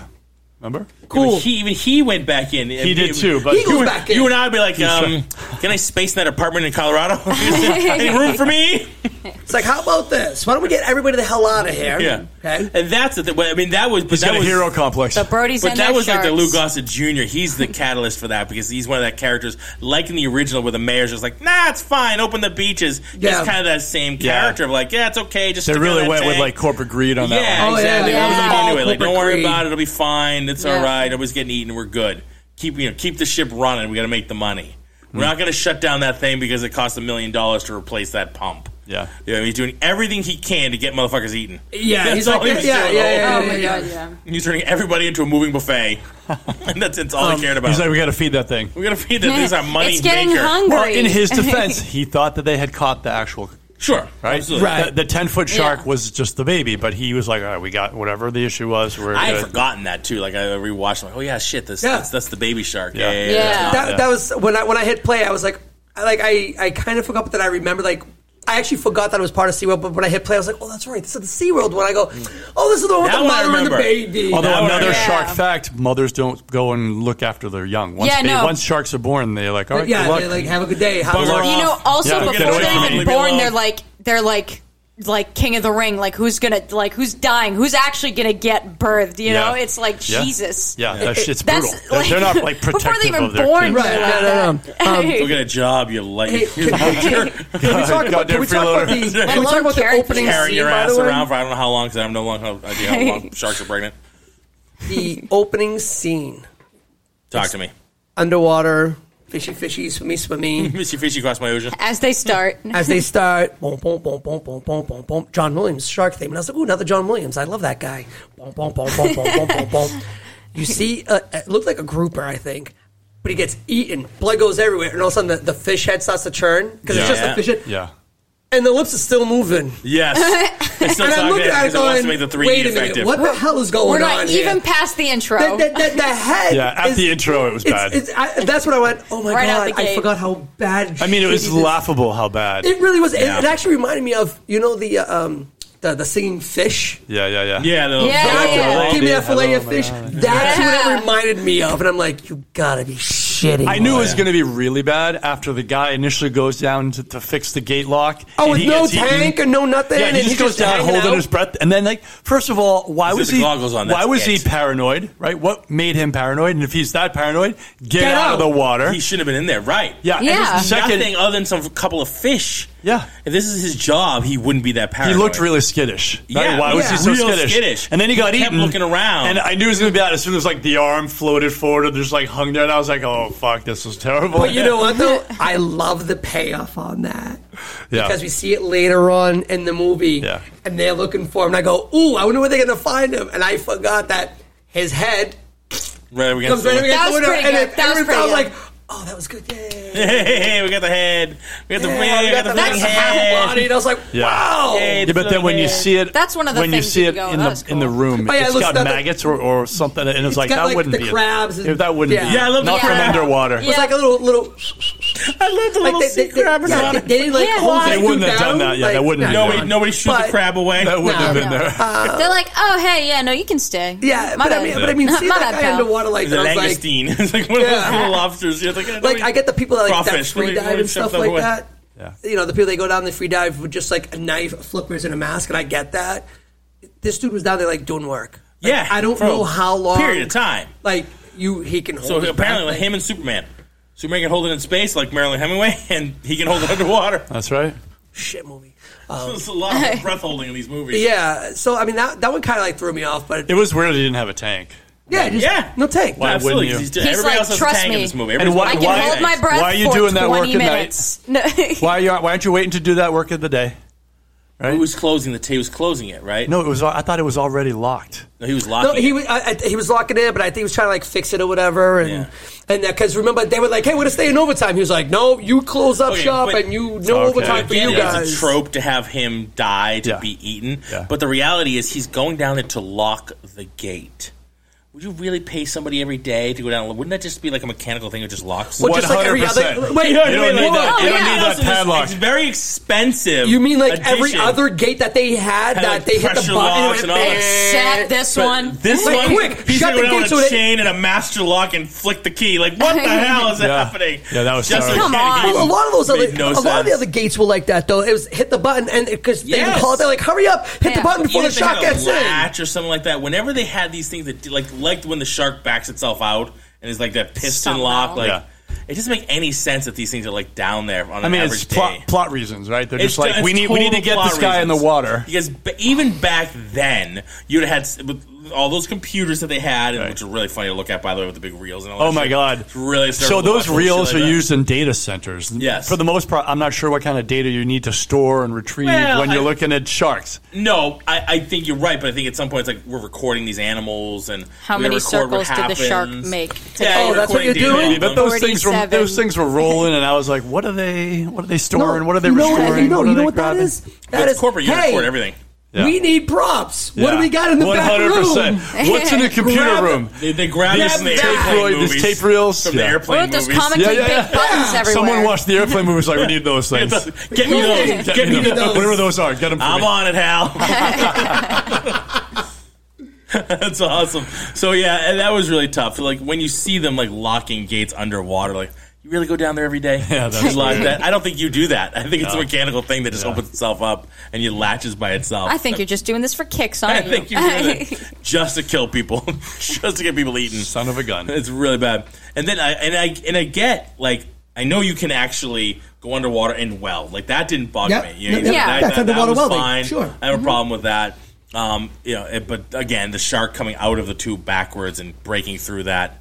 E: Remember?
C: Cool. He even he went back in.
E: He did too, but
F: He
C: you,
F: goes
C: and-
F: back in.
C: you and I'd be like, um, can I space in that apartment in Colorado? Any room for me?
F: It's like, how about this? Why don't we get everybody the hell out of here?
C: Yeah.
F: Okay.
C: And that's the thing. I mean, that was. But
E: he's
C: that
E: got a
C: was,
E: hero complex.
D: The Brody's
C: But
D: and
C: that
D: their
C: was like the
D: sharks.
C: Lou Gossett Jr. He's the catalyst for that because he's one of that characters, like in the original, where the mayor's just like, "Nah, it's fine. Open the beaches."
F: Yeah.
C: He's kind of that same
E: Yeah.
C: character of like, "Yeah, it's okay." Just
E: They
C: stick it
E: really
C: on that
E: went with
C: tank."
E: like corporate greed on that
C: Yeah,
E: one.
F: Oh,
C: exactly.
F: yeah,
C: That was
D: yeah.
C: what
D: All
C: they do it. Like,
F: corporate
C: don't worry
F: greed.
C: about it. It'll be fine. It's all
D: Yeah.
C: right. Nobody's getting eaten. We're good. Keep you know, keep the ship running. We got to make the money. We're not going to shut down that thing because it costs a million dollars to replace that pump.
E: Yeah.
C: You know, he's doing everything he can to get motherfuckers eaten.
F: Yeah.
C: That's
F: He's like,
C: all he was
F: yeah, yeah,
C: doing.
D: Oh
F: yeah, yeah,
D: my
F: yeah.
D: god, yeah.
C: He's turning everybody into a moving buffet. and that's, that's all he cared about.
E: Um, He's like, we got to feed that thing.
C: We're gonna feed that. This is our money
D: it's getting
C: maker.
D: hungry.
E: Well, in his defense, he thought that they had caught the actual.
C: Sure,
E: Right,
C: absolutely.
E: The- The ten foot shark
D: Yeah.
E: was just the baby, but he was like, "All right, we got whatever the issue was. We're
C: I had
E: good."
C: forgotten that too. Like I rewatched. Like, oh yeah, shit. This,
F: Yeah.
C: that's, that's the baby shark. Yeah,
E: Yeah.
C: yeah.
D: Yeah.
C: that's not-
F: That, that was when I when I hit play. I was like, I, like I I kind of forgot that I remember like. I actually forgot that it was part of SeaWorld, but when I hit play, I was like, oh, that's right. This is the SeaWorld one. I go, oh, this is the one with
C: That
F: the
C: one I
F: mother and the
C: remember.
F: baby.
E: Although
C: Now
E: another
C: we're-
E: shark
D: Yeah.
E: fact, mothers don't go and look after their young. Once,
D: Yeah, no.
E: once sharks are born, they're like, all right,
F: yeah,
E: good luck.
F: they like, have a good day. How-
C: Bugger
D: You know,
C: off.
D: also
E: Yeah,
C: get away
D: before they're
C: from me.
D: even
C: Leave me
D: born,
C: alone.
D: they're like they're like like king of the ring. Like who's gonna like who's dying? Who's actually gonna get birthed? You know,
E: Yeah.
D: it's like
E: Yeah.
D: Jesus.
E: Yeah, that's, it's
D: That's
E: brutal. They're- they're not like protective
D: before they even
E: of their
D: born.
E: kids.
F: Right,
D: they're
F: no, Um,
D: like that.
C: Go get a job, you like
F: Can we talk about, can
E: Goddamn
F: we talk about
E: freeloader.
F: the, can we
D: Let
F: talk about the
D: alone
F: opening
D: characters.
C: carrying
F: scene,
C: your
F: by
C: ass
F: the way?
C: around for I don't know how long because I have no long how, idea how long sharks are pregnant.
F: The opening scene.
C: Talk to me.
F: Underwater, fishy, fishy, swimmy, swimmy.
C: Missy Fishy across my ocean.
D: As they start,
F: As they start, boom, boom, boom, boom, boom, boom, boom, boom. John Williams, Shark Theme. And I was like, ooh, another John Williams. I love that guy. Boom, boom, boom, boom, boom, boom, boom, boom. You see, uh, it looked like a grouper, I think. But he gets eaten. Blood goes everywhere. And all of a sudden, the, the fish head starts to churn. Because
C: Yeah.
F: it's just
C: Yeah.
F: the fish head.
E: Yeah.
F: And the lips are still moving.
C: Yes, it's still
F: And I
C: talking
F: looked at it
C: because it wants
F: going,
C: to make the three
E: E
C: D
F: wait a
C: effective.
F: minute. What the hell is going
D: we're
F: on
D: not
F: here?
D: even past the intro.
F: That, that, that, the head.
E: Yeah, at
F: is-
E: the intro, it was
F: it's-
E: bad.
F: it's- I- that's what I went. Oh my
D: Right out
F: god!
D: the
F: I
D: gate.
F: forgot how bad.
E: I mean, it was
F: shitty this-
E: laughable how bad.
F: It really was. It,
C: Yeah.
F: it actually reminded me of you know the uh, um the, the singing fish.
E: yeah, yeah,
C: Yeah,
E: yeah.
C: the,
D: Yeah.
C: the-
D: Yeah.
C: the-
F: Give me
E: yeah,
F: that fillet
E: hello,
F: of fish.
E: banana.
F: That's what
D: Yeah.
F: it reminded me of, and I'm like, you gotta be shitting.
E: I knew it was
C: yeah.
E: going to be really bad after the guy initially goes down to, to fix the gate lock.
F: Oh,
E: and
F: with
E: he
F: no
E: gets eaten.
F: tank and no nothing.
E: Yeah,
F: and
E: he just
F: he's
E: goes down
F: hanging
E: holding
F: out.
E: his breath, and then like, first of all, why
C: He's got
E: was
C: the
E: he?
C: goggles on,
E: Why
C: that's
E: was
C: it.
E: he paranoid? Right? What made him paranoid? And if he's that paranoid, get,
F: Get
E: out, of
F: out.
E: the water.
C: he should have been in there, right?
E: yeah. and
D: Yeah.
E: just the second,
C: Nothing other than some couple of fish.
E: Yeah.
C: If this is his job, he wouldn't be that
E: He
C: paranoid.
E: looked really skittish. right?
C: Yeah,
E: Why was
C: yeah.
E: he so
C: Real
E: skittish?
C: skittish.
E: And then he got
C: Kept
E: eaten.
C: looking around.
E: and I knew it was gonna be bad. As soon as like the arm floated forward and just like hung there, and I was like, "Oh fuck, this was terrible."
F: But you know what though? I love the payoff on that.
E: Yeah.
F: Because we see it later on in the movie.
E: Yeah.
F: And they're looking for him. And I go, ooh, I wonder where they're gonna find him. And I forgot that his head
C: Right, we got
F: comes right up
C: the,
F: against
D: That
F: the
D: was
F: window.
D: pretty
F: And
D: good.
F: it,
D: That was
F: everyone- I was
D: pretty
F: like, oh, that was good. Yay.
C: hey, hey, hey, we got the head. We got the,
F: Yeah,
C: we got the, fucking
F: that's half
C: head.
F: body. And I was like,
E: Yeah.
F: wow.
C: Yeah,
E: Yeah, but then when you see it,
D: That's one of the
E: when you
D: things
E: see
D: you
E: it
D: go,
E: in
D: "That
E: the
D: was
E: in the
D: cool."
E: room,
F: Oh, yeah,
E: it's
F: look,
E: got
F: that- that-
E: maggots or, or something, and it's like
F: got,
E: that
F: like,
E: wouldn't
F: the
E: be a-
F: crabs and-
E: if that wouldn't
F: Yeah.
E: be
C: Yeah, I love the
E: not from
D: crab.
E: underwater.
F: It's
D: Yeah.
F: like a little, little.
C: I love the
F: Like
C: little
F: they, they,
C: sea
F: they,
C: crab.
F: yeah, they, they didn't like
D: Yeah,
F: hold
D: why?
F: the
D: They
E: wouldn't
F: dude
E: have
F: down.
E: done that. Yeah,
F: Like,
E: that wouldn't have
F: no.
E: done
C: Nobody, nobody shoot the
F: But-
C: crab away.
E: That wouldn't
F: No,
E: have been
D: no.
E: there.
D: They're like, oh hey, yeah, no, you can stay.
F: Yeah,
D: My
F: but I
D: bad.
F: mean, but I mean, see
D: my
F: that
D: bad,
F: guy
D: pal.
F: underwater like
C: He's a
F: that. I was like,
C: langustein. it's like one of those
F: Yeah.
C: little lobsters. It's Like, I,
F: like I get the people that like that
C: Crawfish. Let
F: free
C: me- let
F: dive
C: me shove
F: and stuff
C: that
F: like
C: away.
F: that.
E: Yeah.
F: You know, the people that go down the free dive with just like a knife, flippers, and a mask, and I get that. This dude was down there like doing work. Like,
C: yeah,
F: I don't
C: for a
F: know how long
C: period of time.
F: Like you, he can hold.
C: So
F: his
C: apparently,
F: breath,
C: like him and Superman. Superman can hold it in space like Marilyn Hemingway, and he can hold it underwater.
E: That's right.
F: shit movie. Uh,
C: There's a lot of breath holding in these movies.
F: Oh. Yeah, so I mean that that one kind of like threw me off, but
E: It was weird. He didn't have a tank.
F: yeah, just,
C: Yeah.
F: no tank.
E: Why
C: absolutely.
E: wouldn't you?
C: 'cause He's,
D: He's
C: everybody
D: like,
C: else has
D: "Trust
C: a tank in
D: me."
C: this movie.
E: And
C: Everybody's
E: why-
C: got
D: I
C: a
D: can
E: why-
C: tank.
D: hold my breath.
E: why are you
D: for
E: doing that
D: 20
E: work at night?
D: minutes. No.
E: Why are you? Why aren't you waiting to do that work of the day?
C: Who was closing the? He was closing it, right?
E: No, it was. I thought it was already locked.
C: no he was locking.
F: No, he
C: it.
F: was I, I, he was locking in, but I think he was trying to like fix it or whatever, and
C: Yeah.
F: and because remember they were like, hey, we're gonna stay in overtime. He was like, no, you close up
C: Okay,
F: shop
C: but-
F: and you no
E: Okay.
F: overtime for
C: Again,
F: you
C: it's
F: guys.
C: a trope to have him die to
E: Yeah.
C: be eaten.
E: Yeah.
C: But the reality is, he's going down there to lock the gate. Would you really pay somebody every day to go down? Wouldn't that just be like a mechanical thing that just locks?
F: Well, just like every other- wait, no,
C: You
F: wait,
C: don't
F: wait,
C: need that.
D: whoa,
C: you don't
D: yeah.
C: need that
D: Listen,
C: padlock.
G: it's
C: very expensive.
F: You mean like every other gate that they had
C: Had,
F: that
C: like,
F: they hit the
C: pressure
F: button
C: locks and all that.
D: Except this one.
C: This
F: Wait,
C: one,
F: quick,
C: he's
F: shut
C: gonna
F: the
C: go down
F: gate
C: with
F: so
C: a
F: they-
C: chain and a master lock and flick the key. Like what the hell is
E: Yeah.
C: happening?
E: Yeah, that was
C: Just
E: terrible.
C: a
D: Come
C: kid
D: on.
C: who
F: Well, a lot of those
C: made
F: other,
C: no
F: a lot of the
C: sense.
F: other gates were like that though. It was hit the button and because they
C: Yes.
F: would call, they're like, "Hurry up, hit the
D: Yeah.
F: button before
C: Even
F: the
C: if they had
F: shot
C: a
F: gets in."
C: latch or something like that. Whenever they had these things that, like, like when the shark backs itself out and is like that piston
D: Somehow.
C: lock, like
E: Yeah.
C: it doesn't make any sense that these things are like down there on an
E: I mean,
C: average
E: it's
C: day.
E: plot, plot reasons, right? They're
C: It's
E: just like
C: ju-
E: we
C: it's
E: need we need to
C: total
E: get
C: plot
E: this guy in the
C: reasons.
E: water.
C: Because b- even back then, you'd have had s- with all those computers that they had, and
E: Right.
C: which are really funny to look at, by the way, with the big reels and all.
E: Oh
C: that
E: my
C: shit.
E: god!
C: It's really
E: so
C: terrible to watch
E: those
C: and shit
E: reels
C: like
E: are
C: that.
E: used in data centers.
C: Yes.
E: For the most part, I'm not sure what kind of data you need to store and retrieve
C: Well,
E: when you're
C: I-
E: looking at sharks.
C: No, I, I think you're right, but I think at some point it's like we're recording these animals and
D: How
C: we
D: many
C: record what
D: circles did the shark
C: happens.
D: make today?
C: Yeah,
F: Oh, that's what
C: recording
F: you're
C: data
F: doing?
C: of
E: But
C: them.
E: those things were
D: 47.
E: those things were rolling, and I was like, "What are they? What are they storing? what are they
F: you know,
E: restoring?
F: what- you know,
E: what
F: you
E: are
F: know
E: they
F: what that
E: grabbing?"
F: is? That
C: It's
F: is
C: corporate. You
F: hey,
C: record everything.
E: Yeah.
F: We need props. What do we got in the back
E: 100%.
F: room?
E: What's in the computer
F: Grab
E: room?
C: They, they grab
E: These
C: this from the
E: tape
C: airplane
E: reel- these
C: movies,
E: tape reels?
C: from the
E: Yeah.
C: airplane
D: Look at those
C: movies.
D: comically
E: Yeah, yeah, yeah.
D: big buttons everywhere.
E: Someone watched the airplane movies. Like we need those things.
C: Get me those. Get me those.
E: Whatever those are, get them. For
C: I'm
E: me.
C: on it, Hal. That's awesome. So yeah, and that was really tough. Like when you see them like locking gates underwater, like you really go down there every day.
E: Yeah, that's
C: You lock that. I don't think you do that. I think it's a
E: No.
C: mechanical thing that just opens itself up and you latches by itself.
D: I think you're just doing this for kicks, aren't
C: I
D: you?
C: think you did it just to kill people, just to get people eaten.
E: Son of a gun.
C: It's really bad. And then I and I and I get like I know you can actually go underwater and weld. Like that didn't bug
F: Yep.
C: me. You know,
F: Yep, yep.
D: Yeah.
C: that,
F: That's
C: that, that
F: underwater
C: was
F: welding.
C: fine.
F: Sure. Mm-hmm.
C: I have a problem with that. Um, you know, it- but again, the shark coming out of the tube backwards and breaking through that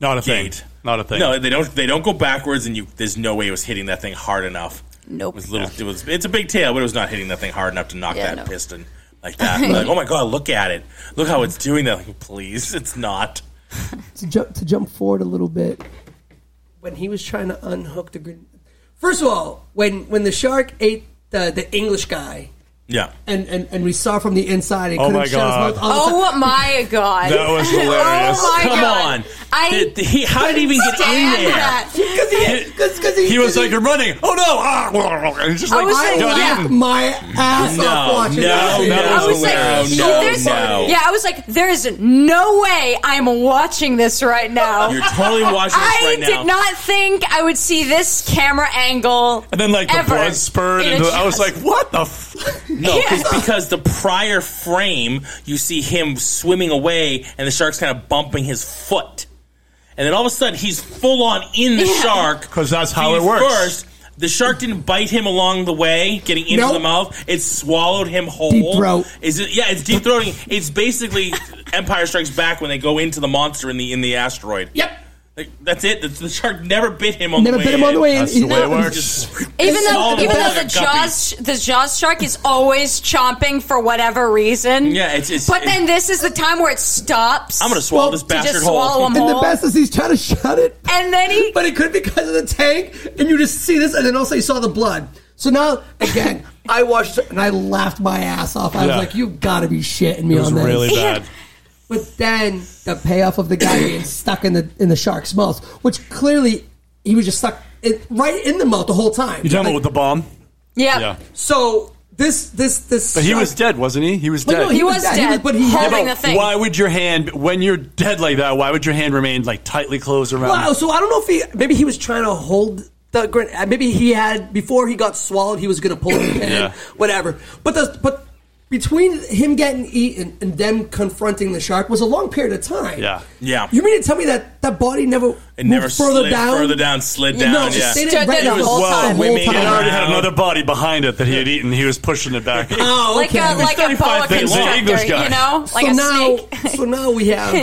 E: Not a thing.
C: gate.
E: Not a thing.
C: No, they don't. They don't go backwards, and you. There's no way it was hitting that thing hard enough.
D: Nope.
C: It was little. It was. It's a big tail, but it was not hitting that thing hard enough to knock
D: Yeah,
C: that
D: no.
C: piston like that. like, oh my god, look at it. Look how it's doing that. Like, please, it's not.
F: to jump to jump forward a little bit when he was trying to unhook the grenade. First of all, when when the shark ate the, the English guy,
C: Yeah.
F: and, and and we saw from the inside, it
E: Oh
F: couldn't
E: my
F: shut
E: God.
F: his mouth. All the time.
D: Oh my god!
E: That was hilarious.
D: Oh my
C: Come
D: god!
C: on.
D: I
C: Did- did he- how did he even get in
D: stand
C: there?
D: that.
F: Oh, Because he, cause, cause he,
E: He was
F: 'cause
E: like,
F: he-
E: "I'm running." Oh no! Ah, and he's just like,
D: was
F: I
D: saying,
E: got
D: yeah.
E: eaten.
F: laughed my ass off
C: No,
F: watching
C: no,
F: that.
C: no,
D: I was like,
C: No,
D: "Shit,
C: no,
D: there's,
C: no.
D: yeah, I was like, there's no way I'm watching this right now.
C: You're totally watching this
D: I
C: right
D: did
C: now.
D: not think I would see this camera angle.
E: And then like the
D: ever
E: blood spurred
D: in a
E: into. I was like,
D: chest.
E: "What the?" F-?
C: No, 'cause-
D: Yeah.
C: because the prior frame, you see him swimming away, and the shark's kind of bumping his foot, and then all of a sudden he's full on in the
D: Yeah.
C: shark
E: 'Cause that's how
C: feet
E: it works.
C: First, the shark didn't bite him along the way, getting into
F: Nope.
C: the mouth. It swallowed him whole.
F: Deep throat.
C: Is it? Yeah, it's deep throating. It's basically Empire Strikes Back when they go into the monster in the in the asteroid.
F: Yep.
C: Like, that's it. The, the shark never bit him on the
F: Never
C: way.
F: bit him on the
C: in.
F: way in.
E: That's the way it
F: No,
E: works.
C: Just-
D: Even though,
C: Swallowed
D: even
C: him
D: though
C: like a
D: the
C: guppy.
D: jaws, the jaws shark is always chomping for whatever reason.
C: Yeah, it's- it's-
D: but
C: it-
D: then this is the time where it stops.
C: I'm gonna swallow
F: Well,
C: this
F: to
D: to
C: bastard
D: just
C: whole.
D: swallow him
F: And the
D: whole.
F: best is he's trying to shut it.
D: And then he-
F: But it could be because of the tank, and you just see this, and then also you saw the blood. So now, again, I watched it and I laughed my ass off. I
E: Yeah.
F: was like, you gotta be shitting me
E: It was
F: on this.
E: really
D: Yeah.
E: bad.
F: But then the payoff of the guy being stuck in the in the shark's mouth, which clearly he was just stuck in, right in the mouth the whole time.
E: You talking about with the bomb?
D: yeah.
E: Yeah.
F: So this this this.
E: But he was
F: shark-
E: dead, wasn't he? He was
F: But
E: dead.
F: no,
D: He was dead,
F: He was- but he had-
D: holding the thing.
E: Why would your hand, when you're dead like that, why would your hand remain like tightly closed around?
F: Wow. So I don't know if he maybe he was trying to hold the grenade. Maybe he had before he got swallowed. He was going to pull the pin,
E: Yeah.
F: whatever. But the but between him getting eaten and them confronting the shark was a long period of time.
E: Yeah.
C: Yeah.
F: You mean to tell me that that body never
C: It never
F: moved further
C: slid
F: down?
C: further down, slid
F: No,
C: down,
F: it
C: yeah.
F: just stayed
D: Stood
F: in right
D: there the
F: the
D: whole
F: whole
D: time.
C: Swimming
E: It already had
C: Wow.
E: another body behind it that he had eaten. He was pushing it back.
F: Oh,
D: Like
F: okay.
D: a like a
C: 35
D: boa
E: days long.
D: constrictor,
E: English guy.
D: you know, like
F: so
D: a
F: now,
D: snake.
F: so now we have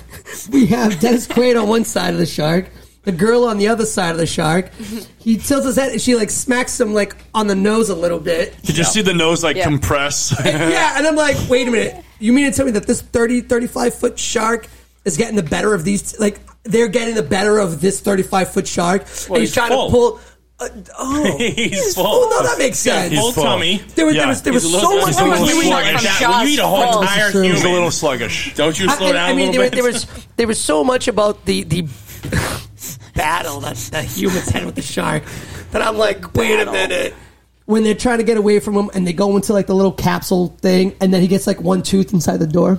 F: we have Dennis Quaid on one side of the shark, the girl on the other side of the shark.
D: Mm-hmm.
F: He tilts his head and she like smacks him like on the nose a little bit.
E: Did you see the nose like
D: Yeah.
E: compress?
F: yeah, and I'm like, wait a minute. You mean to tell me that this 30, 35 foot shark is getting the better of these? Like, they're getting the better of this 35 foot shark. and he's,
C: he's
F: trying
C: full.
F: to pull. Uh, oh.
C: He's full.
F: Oh, no, that makes
C: Yeah,
F: sense.
C: he's full
E: Full.
C: tummy.
F: There was,
E: Yeah,
F: there was, there
E: he's
F: was
C: He's a little-
F: so much
C: he's a little
D: Human
C: sluggish.
D: like from
C: That- when you eat a whole
D: Jaws.
C: entire
F: He's a
C: human,
E: He's a little sluggish.
C: don't you slow
F: I-
C: down
F: I mean,
C: a
F: there,
C: little
F: was- there
C: bit?
F: was there was so much about the the battle that the humans had with the shark that I'm like, wait a minute.
G: when they're trying to get away from him and they go into like the little capsule thing and then he gets like one tooth inside the door.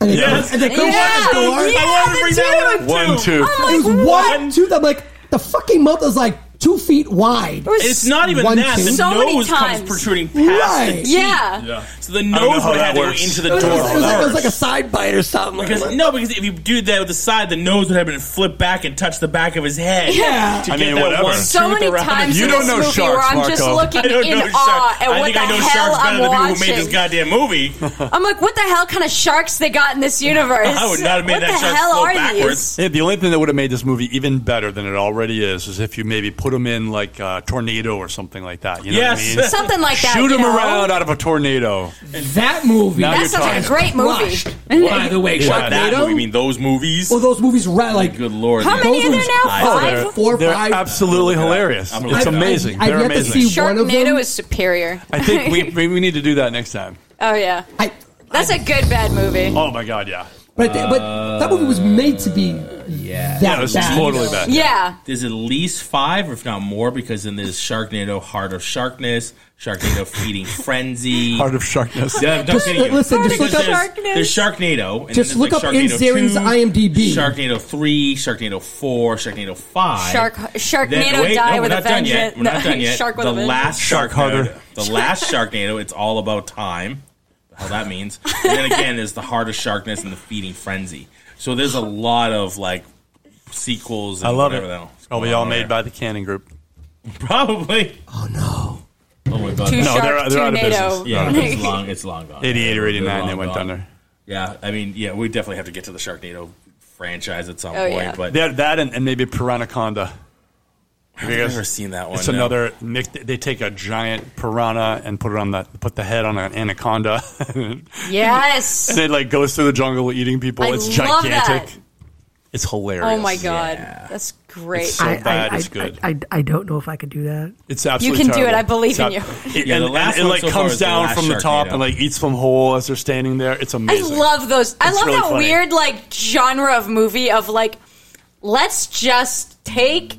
G: And they
E: Yes.
G: go, and they go
D: Yeah,
G: the door.
D: yeah,
G: I wanted to bring
D: the
G: that
D: tooth.
G: one. up.
E: One, two.
D: I'm
G: It was
D: like,
G: one,
D: what?
G: tooth. I'm like, the fucking mouth is like two feet wide.
D: It was
C: It's not even
G: One
C: that. The
G: tooth.
D: So many
C: nose comes
D: times.
C: protruding past the
G: Right.
C: teeth.
D: Yeah.
C: So the
E: know
C: nose
E: how
C: would have
E: that
C: had to go
E: works.
C: into the
F: It was,
C: door.
F: it was like, it was
C: first.
F: like a side bite or something. Like,
C: Because no, because if you do that with the side, the nose would have been flipped back and touched the back of his head.
D: Yeah.
C: to
E: I
C: get
E: mean,
C: that
E: whatever.
C: one
D: so
C: tooth
D: many
C: around.
D: times
E: You
D: in
E: don't
D: this
E: know
D: movie
E: sharks,
D: where I'm just
E: Marco.
D: looking
C: I don't
D: in
C: know
D: awe
C: sharks.
D: at
C: I
D: what
C: think
D: the
C: I know
D: hell
C: sharks better
D: I'm
C: than people
D: watching.
C: who made this goddamn movie.
D: I'm like, what the hell kind of sharks they got in this universe?
C: I would not have made
D: what
C: that
D: the
C: shark
D: hell
C: float
D: are
C: backwards.
D: these?
E: Yeah, the only thing that would have made this movie even better than it already is is if you maybe put them in like a tornado or something like that. You know
C: Yes.
E: what I mean?
D: Something like that.
E: Shoot
D: you
E: them
D: know?
E: around out of a tornado.
G: That movie.
E: Now
D: That
E: you're
D: sounds like a
E: talking.
D: great movie.
G: Rushed. By the way,
C: Not that
G: Sharknado.
C: movie. You mean those movies?
G: Well, those movies right like
C: Good lord.
D: How
C: man.
D: many
G: Those
D: are there
G: ones-
D: now?
C: I-
G: Oh,
D: Five.
G: they're four or
E: They're
G: five.
E: absolutely hilarious.
C: I'm gonna
E: It's
C: look it up.
E: amazing.
G: I've
E: They're
G: yet to
E: amazing.
G: see One of them-
D: Sharknado is superior.
E: I think we maybe we need to do that next time.
D: oh yeah,
G: I,
D: that's a good bad movie.
E: Oh my god, yeah.
G: but, they- but that movie was made to be yeah, that
E: That was
G: bad.
E: totally bad.
D: Yeah,
C: There's at least five, if not more, because then there's Sharknado Heart of Sharkness, Sharknado Feeding Frenzy.
E: Heart of Sharkness.
C: Yeah, I'm
G: Just, uh,
C: kidding you.
G: listen, just
C: Because
G: look up-
C: there's, there's Sharknado. And
G: Just
C: then
G: look
C: there's, like,
G: up in
C: Sharknado
G: Zarin's
C: 2,
G: IMDb.
C: Sharknado 3, Sharknado 4, Sharknado 5.
D: Shark- Sharknado die
C: we're
D: with a
C: not done yet.
D: vengeance.
C: We're not
D: No,
C: done yet.
D: Shark with
C: the
D: a vengeance.
C: last
E: Shark
C: Sharknado.
E: harder.
C: The last Sharknado, it's all about time. How that means. And then again, there's the Heart of Sharkness and the Feeding Frenzy. So there's a lot of like sequels and
E: I love
C: whatever
E: it.
C: the hell's
E: Probably
C: going
E: all
C: on
E: made
C: there.
E: by the Canning Group.
C: Probably.
G: Oh no.
C: Oh my god.
D: two
E: No,
D: shark,
E: they're- they're out of
D: tornado.
E: business.
C: Yeah, it's long. It's long gone.
E: 88 or 89
C: Long
E: they went
C: gone.
E: under.
C: Yeah, I mean, yeah, we definitely have to get to the Sharknado franchise at some
D: Oh,
C: point.
D: yeah.
C: But
E: They had that and, and maybe Piranaconda.
C: I've never seen that one.
E: It's
C: no.
E: another mix. They take a giant piranha and put it on the put the head on an anaconda, and
D: Yes.
E: it like goes through the jungle eating people.
D: I
E: it's
D: love that.
E: gigantic. It's hilarious.
D: Oh my god, that's great.
E: It's so bad, it's good.
H: I, I, I don't know if I could do that.
E: It's absolutely
D: can do
E: terrible.
D: it. I believe in
E: ab- It,
C: Yeah, the
E: and,
C: last
E: and it
C: one
E: like
C: so far
E: comes
C: is the
E: down
C: last
E: from the top
C: Sharknado.
E: and like eats them whole as they're standing there. It's
D: I
E: amazing.
D: love those. I
E: It's
D: love
E: really
D: that
E: funny.
D: weird like genre of movie of like, let's just take,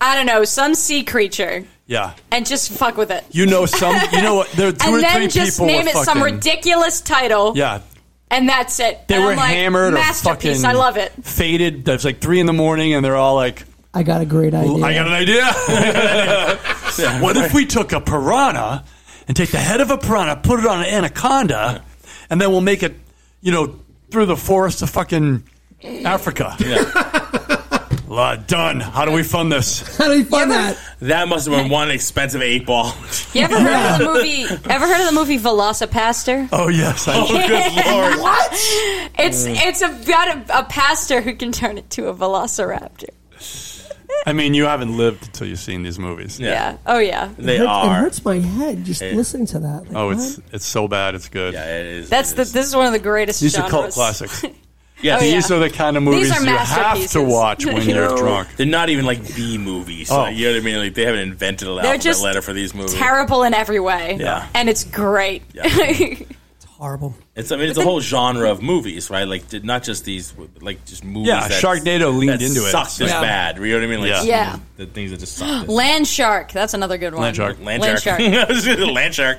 D: I don't know, some sea creature
E: Yeah,
D: and just fuck with it.
E: you know some. You know what? There are two
D: and
E: or
D: then
E: three
D: just
E: people.
D: name
E: were
D: it some
E: fucking-
D: ridiculous title,
E: Yeah,
D: and that's it.
E: they
D: and
E: were
D: I'm like,
E: hammered or
D: masterpiece.
E: fucking.
D: I love it.
E: Faded. It's like three in the morning, and they're all like.
G: I got a great idea.
E: I got an idea. what if we took a piranha and take the head of a piranha, put it on an anaconda, and then we'll make it, you know, through the forest of fucking Africa. La, done. How do we fund this?
G: How do you find that?
C: That must have been one expensive eight ball.
D: You ever heard of the movie? Ever heard of the movie Velocipaster?
E: Oh yes, I
C: Good lord.
D: It's it's about a, a pastor who can turn into a velociraptor.
E: I mean, you haven't lived until you've seen these movies.
D: Yeah. Oh yeah.
C: They
G: It hurts, it
C: are.
G: hurts my head just listening to that. Like,
E: Oh,
G: what?
E: it's it's so bad. It's good.
C: Yeah, it is.
D: That's
C: it
D: the.
C: is.
D: This is one of the greatest.
E: These
D: genres.
E: are cult classics.
C: Yes.
D: Oh, yeah.
E: These are the kind of movies
D: are
E: you have
D: masterpieces.
E: to watch when
D: You
E: you're
D: know.
E: drunk.
C: They're not even like B movies.
E: Oh.
C: Like, you know what I mean? Like they haven't invented an
D: They're
C: alphabet
D: just
C: letter for these movies.
D: Terrible in every way.
C: Yeah.
D: And it's great.
G: It's horrible.
C: It's I mean it's a whole genre of movies, right? Like did- not just these like just movies.
E: Yeah,
C: that-
E: Sharknado leaned
C: that
E: into it.
C: Suck this
E: Yeah.
C: bad. You know what I mean? Like
E: Yeah.
D: Yeah.
C: The things that just suck. this-
D: Land Shark. That's another good one.
E: Land Shark.
C: Land shark. Land shark.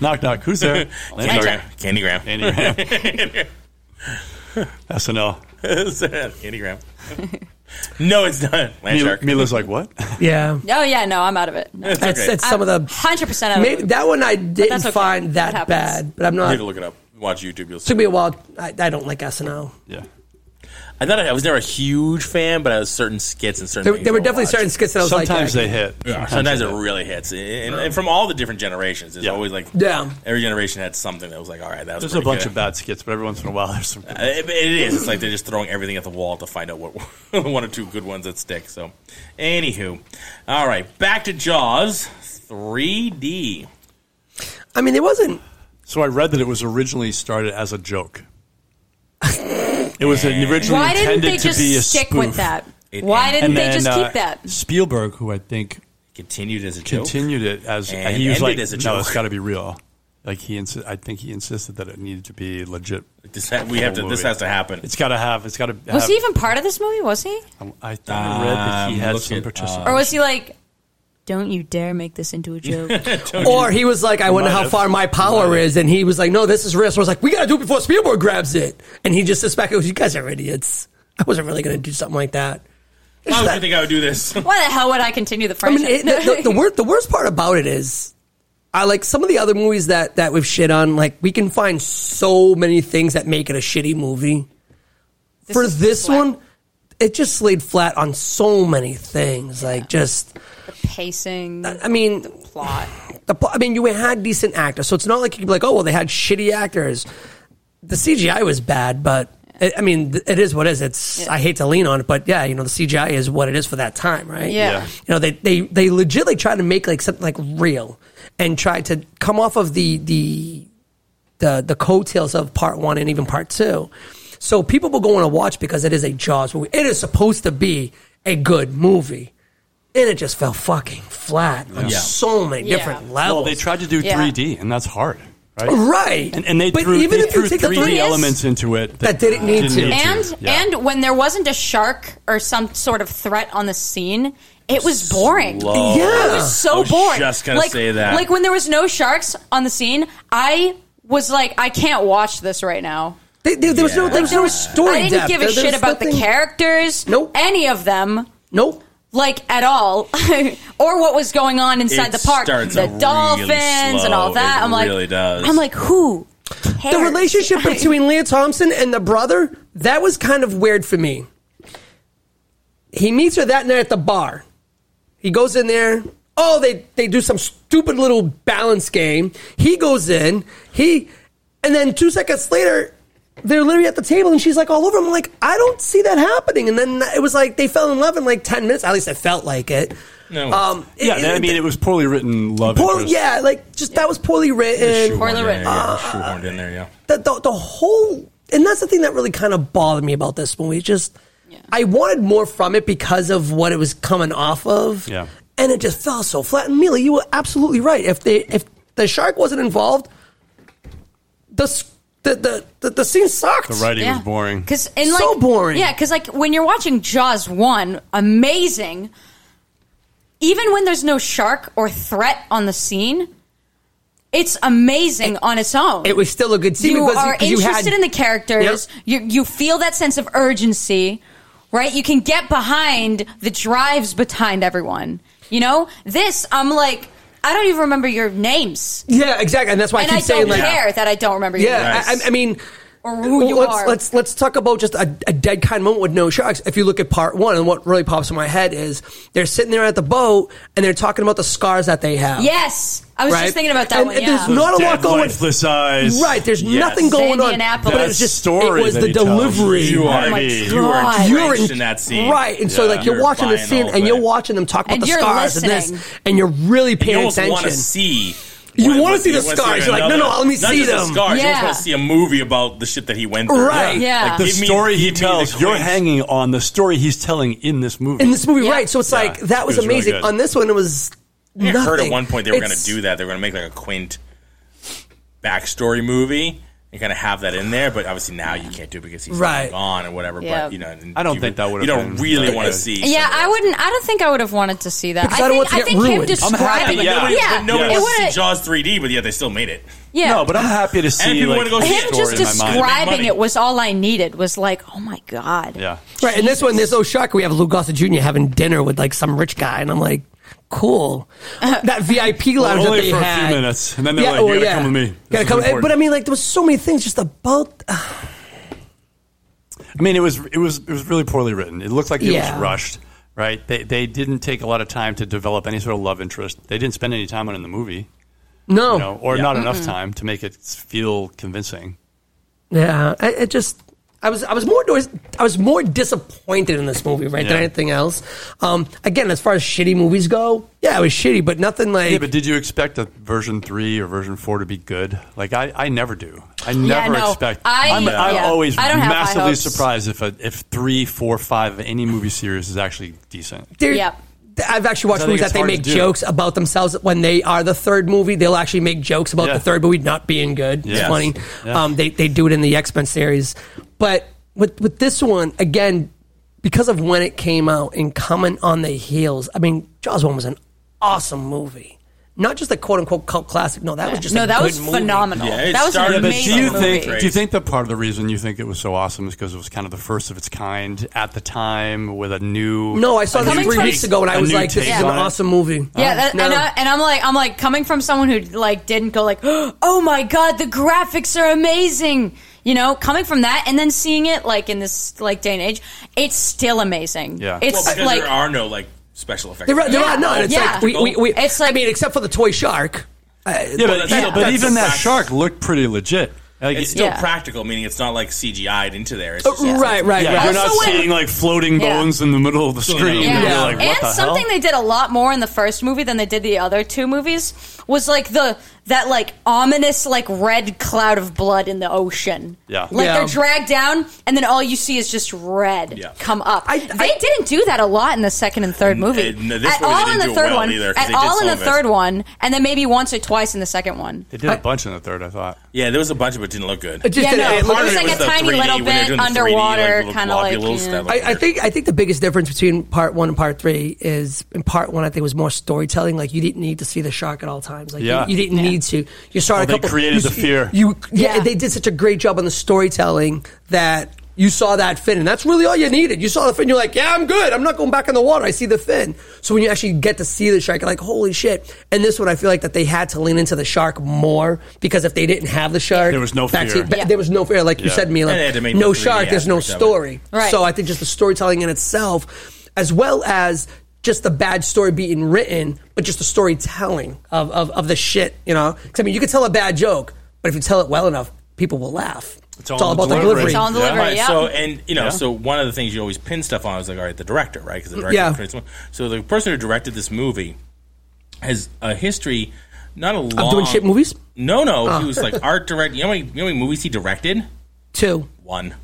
E: Knock knock. Who's there?
C: Candy Graham. Candy Graham.
E: Andy Graham. SNL.
C: Candy Graham. no, it's not. Land
E: Mila,
C: shark.
E: Mila's like, what?
F: yeah,
D: Oh yeah, no, I'm out of it. No.
F: that's,
C: okay.
F: that's some of the.
D: Hundred percent out of
F: Maybe,
D: it.
F: that one I didn't
D: that's okay.
F: find that,
D: That happens.
F: bad, but I'm
C: You
F: not.
C: have to look it up. Watch YouTube. You'll see.
F: took me a while. I, I don't like SNL.
E: yeah.
C: I thought I, I was never a huge fan, but I was certain skits and certain.
F: There,
C: things
F: there were
C: I
F: definitely
C: watched.
F: certain skits that I was
E: Sometimes
F: like,
E: they hit.
C: Yeah, sometimes it really hits, and, and from all the different generations, it's
E: Yeah.
C: always like
F: Yeah.
C: Every generation had something that was like, all right, that was.
E: There's a
C: pretty
E: bunch
C: good.
E: of bad skits, but every once in a while there's some.
C: Uh, It, it is. It's like they're just throwing everything at the wall to find out what one or two good ones that stick. So, anywho, all right, back to Jaws 3D.
F: I mean, it wasn't.
E: So I read that it was originally started as a joke. It was originally
D: Why didn't
E: intended
D: they
E: to
D: just
E: be a
D: stick
E: spoof.
D: with that? Why didn't
E: And
D: they
E: then,
D: just
E: uh,
D: keep that?
E: Spielberg, who I think
C: Continued as a joke.
E: Continued it as
C: And
E: he was
C: ended
E: like,
C: as a
E: no,
C: joke."
E: it's got to be real. Like he, insi- I think he insisted that it needed to be legit.
C: This ha- we have to- this has to happen.
E: It's got to have. It's got to.
D: Was he even part of this movie? Was he?
E: Um, I thought I read that he
C: Um,
E: had
C: look
E: some
C: it
E: participation.
D: Or was he like, don't you dare make this into a joke?
F: Or he was like, I wonder
E: Might
F: how
E: have.
F: far my power is. And he was like, no, this is real. So I was like, we got to do it before Spielberg grabs it. And he just suspected, you guys are idiots. I wasn't really going to do something like that.
C: Why would you think I would do this?
D: Why the hell would I continue the
F: I mean,
D: franchise?
F: it, the, the, the, wor- the worst part about it is, I like some of the other movies that, that we've shit on. Like, we can find so many things that make it a shitty movie. For
D: is
F: this
D: flat.
F: one, it just laid flat on so many things. Like, just,
D: Pacing,
F: I mean,
D: plot.
F: the, pl- I mean, you had decent actors, so it's not like you could be like, oh, well, they had shitty actors. The CGI was bad, but it, I mean, th- it is what it is. It's I hate to lean on it, but yeah, you know, the CGI is what it is for that time, right?
D: Yeah. Yeah.
F: You know, they they they legitly try to make like something like real and try to come off of the the the the coattails of part one and even part two. So people will go on to watch because it is a Jaws movie. It is supposed to be a good movie. And it just fell fucking flat on
C: Yeah.
F: so many
D: Yeah.
F: different
E: well,
F: levels.
E: they tried to do
D: Yeah.
E: 3D, and that's hard, right?
F: Right.
E: And, and they
F: Oh, But
E: threw,
F: even
E: they
F: if you
E: threw
F: take the
E: 3D
D: three-
E: elements into it
F: That didn't need to.
D: And
E: Yeah.
D: and when there wasn't a shark or some sort of threat on the scene, it was boring.
C: Slow.
F: Yeah.
D: It was
C: I
D: so
C: was
D: boring.
C: just gonna
D: like,
C: say that.
D: Like when there was no sharks on the scene, I was like, I can't watch this right now.
F: They- they- there was no,
C: Yeah.
F: there was no story
D: I didn't
F: depth.
D: give a
F: There- there
D: shit
F: was
D: about the
F: nothing-
D: characters.
F: Nope.
D: Any of them.
F: Nope.
D: Like at all, or what was going on inside
C: It
D: the park,
C: starts
D: the
C: out really
D: dolphins and all
C: slow.
D: that.
C: It
D: I'm like,
C: really does.
D: I'm like, who?
F: The
D: cares?
F: relationship between Leah Thompson and the brother, that was kind of weird for me. He meets her that night at the bar. He goes in there. Oh, they, they do some stupid little balance game. He goes in. He, and then two seconds later, they're literally at the table and she's like all over him. I'm like, I don't see that happening. And then it was like they fell in love in like 10 minutes. At least it felt like it.
C: No.
F: Um,
E: yeah,
F: it-
E: that- I mean, it was poorly written love.
F: poorly,
E: interest.
F: yeah, like just that was poorly
C: Shoehorned
F: written.
D: Poorly
C: in
D: written.
C: there, yeah, shoehorned in there, yeah.
F: The, the, the whole, and that's the thing that really kind of bothered me about this movie. It Just, I wanted more from it because of what it was coming off of.
E: Yeah.
F: And it just fell so flat. And Mila, you were absolutely right. If they, if the shark wasn't involved, the s- the the, the, the scene sucked.
E: The writing was boring.
D: Cause in like,
F: So boring.
D: Yeah, because like when you're watching Jaws one, amazing. Even when there's no shark or threat on the scene, it's amazing on its own.
F: It was still a good scene
D: you
F: because
D: are
F: because you had
D: interested in the characters. You you feel that sense of urgency, right? You can get behind the drives behind everyone. You know this. I'm like, I don't even remember your names,
F: yeah, exactly. And that's why
D: and
F: I
D: I
F: keep saying
D: don't
F: like,
D: care that I don't remember. your
F: Yeah,
D: names.
F: I, I, I mean,
D: Or who you
F: let's,
D: are.
F: let's let's talk about just a, a dead kind moment with no sharks. If you look at part one, and what really pops in my head is they're sitting there at the boat and they're talking about the scars that they have.
D: Yes, I was
F: Right?
D: just thinking about that
F: And-
D: one.
F: and
D: yeah.
F: there's no- not a lot
E: Dead
F: going-
E: Lifeless eyes.
F: Right, there's
E: Yes.
F: nothing going on,
D: Indianapolis.
F: but it
D: That
F: was just
E: story
F: it was
E: that
F: the
E: he tells.
F: delivery.
C: You are,
D: Oh my
C: you are
D: God.
C: entrenched
F: in-
C: in that scene.
F: right? And so,
E: Yeah.
F: like, you're,
C: You're
F: watching the
C: buying
F: scene
C: all
F: and
C: of
F: you're
C: it.
F: watching them talk about
D: And
F: the
D: you're
F: scars and
D: listening.
F: this, and you're really
C: You
F: paying
C: almost want
F: attention.
C: to see.
F: You
C: what-
F: wanna
C: what-
F: see the
C: what's there
F: scars.
C: in
F: You're like, no, no,
C: another-
F: let me
C: not
F: see
C: just the
F: them.
C: scars. You
D: Yeah.
C: just want to see a movie about the shit that he went through.
F: Right.
D: Yeah.
C: Like,
E: The
C: give me-
E: story he
C: give me the
E: tells, you're
C: quiz.
E: hanging on the story he's telling in this movie.
F: in this movie,
D: Yeah.
F: right? So it's
E: Yeah,
F: like that was,
E: it was really
F: amazing.
E: good.
F: On this one, it was.
C: I
F: nothing.
C: heard at one point they were going
F: It's-
C: to do that. They were going to make like a quaint backstory movie and kind of have that in there. But obviously now you can't do it because he's
F: Right.
C: gone or whatever.
D: Yeah.
C: But you know, and
E: I don't
C: you-
E: think that would've
C: You don't
E: been
C: really
E: very
C: want to
E: good.
C: see.
D: yeah, I wouldn't. I don't think I would have wanted to see that.
F: Because
D: I,
F: I don't
D: think,
F: want to get
D: I think him
F: ruined. I'm
D: describing.
E: happy,
C: But
E: yeah.
C: nobody,
D: yeah,
C: but nobody
D: it
C: wants to
D: would've-
C: see Jaws 3D, but yet they still made it.
D: Yeah.
E: No, but I'm happy to see.
C: people
E: like,
C: wanna go
E: the
C: see
D: him
C: it.
E: story
D: just
C: story
E: in my mind.
D: describing
C: Money.
D: it was all I needed. Was like, oh my god.
E: Yeah.
F: Right, and this one, there's no shock. We have Lou Gossett Jr. having dinner with like some rich guy, and I'm like, cool. That VIP lounge
E: Well, only
F: that they
E: for a few
F: had. oh,
E: minutes, and then they're like, "You gotta come with me. This
F: Gotta
E: is
F: come. eh,
E: important."
F: But I mean, like, there was so many things just about. Uh,
E: I mean, it was it was it was really poorly written. It looked like it
F: Yeah.
E: was rushed. Right? They they didn't take a lot of time to develop any sort of love interest. They didn't spend any time on it in the movie,
F: no.
D: Oh.
E: you know, or not enough time to make it feel convincing.
F: Yeah, I, it just. I was I was more dis- I was more disappointed in this movie right than
E: Yeah.
F: anything else. Um, again, as far as shitty movies go, yeah, it was shitty, but nothing like
E: Yeah, but did you expect a version three or version four to be good? Like I, I never do. I never
D: no.
E: expect.
D: I-
E: am I'm
D: yeah.
E: always
D: I don't have high
E: massively
D: hopes.
E: surprised if a, if three, four, five of any movie series is actually decent.
F: there,
D: Yeah.
F: I've actually watched
E: I think
F: movies
E: it's
F: that they
E: hard
F: make
E: to do.
F: jokes about themselves when they are the third movie. They'll actually make jokes about
E: Yeah.
F: the third movie not being good. It's
E: Yes.
F: funny.
E: Yeah.
F: Um, they they do it in the X Men series, but with with this one again because of when it came out and coming on the heels. I mean, Jaws one was an awesome movie. Not just a quote unquote cult classic. No, that was just
D: no,
F: a
D: that
F: good
D: was
F: movie.
D: phenomenal.
C: Yeah, it
D: that was an
C: started-
E: Yeah, but
D: amazing
E: do you
D: movie.
E: think do you think that part of the reason you think it was so awesome is because it was kind of the first of its kind at the time with a new
F: No, I saw
E: a
F: this
E: new
D: Coming
F: three
D: from-
E: take-
F: weeks ago, and I
E: a
F: was
E: new
F: like, "This
E: take
F: is an
E: on it.
F: awesome movie."
D: Yeah, that, and,
F: No.
D: I, and I'm like, I'm like coming from someone who like didn't go like, oh my god, the graphics are amazing. You know, coming from that and then seeing it like in this like day and age, it's still amazing.
E: Yeah.
D: it's
E: Well,
C: Well, because
D: like
C: there are no like special effects.
F: There are, there
D: Yeah.
F: are none. It's
D: Yeah.
F: like we, we, we,
D: It's
F: it's
D: like-
F: I mean, except for the toy shark.
E: Yeah, but,
C: that's-
E: but
C: that's-
E: even that
C: that's-
E: shark looked pretty legit. Like,
C: It's still
D: Yeah.
C: practical, meaning it's not like CGI'd into there. It's just,
F: Uh, Right, right,
E: yeah,
F: right.
E: you're
D: Also
E: not
D: when-
E: seeing like floating
D: Yeah.
E: bones in the middle of the screen.
C: Yeah.
E: And you're like, what
D: and
E: the
D: something
E: hell?
D: they did a lot more in the first movie than they did the other two movies was like the that like ominous like red cloud of blood in the ocean.
E: Yeah.
D: like
F: Yeah.
D: they're dragged down, and then all you see is just red
C: Yeah.
D: come up.
F: I-
D: they
F: I-
D: didn't do that a lot in the second and third movie.
C: and this
D: at
C: movie
D: all
C: they
D: in
C: didn't
D: the
C: do it
D: third
C: well
D: one,
C: either, 'cause
D: at
C: they did
D: all in
C: some
D: the
C: of it.
D: third one, and then maybe once or twice in the second one.
E: They did a bunch in the third, I thought.
C: Yeah, there was a bunch of it didn't look good.
F: Just
D: Yeah,
F: did
D: no,
F: it.
D: it
C: Part of
D: was like a
C: the
D: tiny
C: 3D,
D: little
C: when they're
D: bit
C: doing the 3D, like,
D: underwater,
C: little
D: kinda like,
C: globules
D: yeah.
C: that look
F: I, I
C: weird.
F: think I think the biggest difference between part one and part three is in part one I think was more storytelling. Like you didn't need to see the shark at all times. Like you-
E: Yeah.
F: you, didn't need to. You saw a
E: they
F: couple.
E: created
F: you,
E: the fear.
F: You yeah,
D: Yeah.
F: They did such a great job on the storytelling that you saw that fin, and that's really all you needed. You saw the fin. You're like, yeah, I'm good. I'm not going back in the water. I see the fin. So when you actually get to see the shark, you're like, holy shit. And this one, I feel like that they had to lean into the shark more because if they didn't have the shark,
E: There was no
F: that's
E: fear.
F: it. Th-
D: Yeah.
F: There was no fear. Like you
E: Yeah.
F: said, Mila,
C: And they had to make
F: no
C: the 3D
F: shark. There's no
C: aspect of it.
F: story.
D: Right.
F: So I think just the storytelling in itself, as well as just the bad story being written, but just the storytelling of, of, of the shit, you know? 'Cause, I mean, you could tell a bad joke, but if you tell it well enough, people will laugh. It's all,
E: all in the
F: about the delivery.
E: delivery.
D: It's all in the
E: Yeah.
D: delivery.
C: Right,
D: yeah.
C: So and you know, so one of the things you always pin stuff on is like, all right, the director, right? Because the director.
F: Yeah.
C: creates one. So the person who directed this movie has a history, not a long.
F: doing shit movies? Ah.
C: No, no, he was like art director. You know, how many, you know how many movies he directed?
F: Two.
C: One.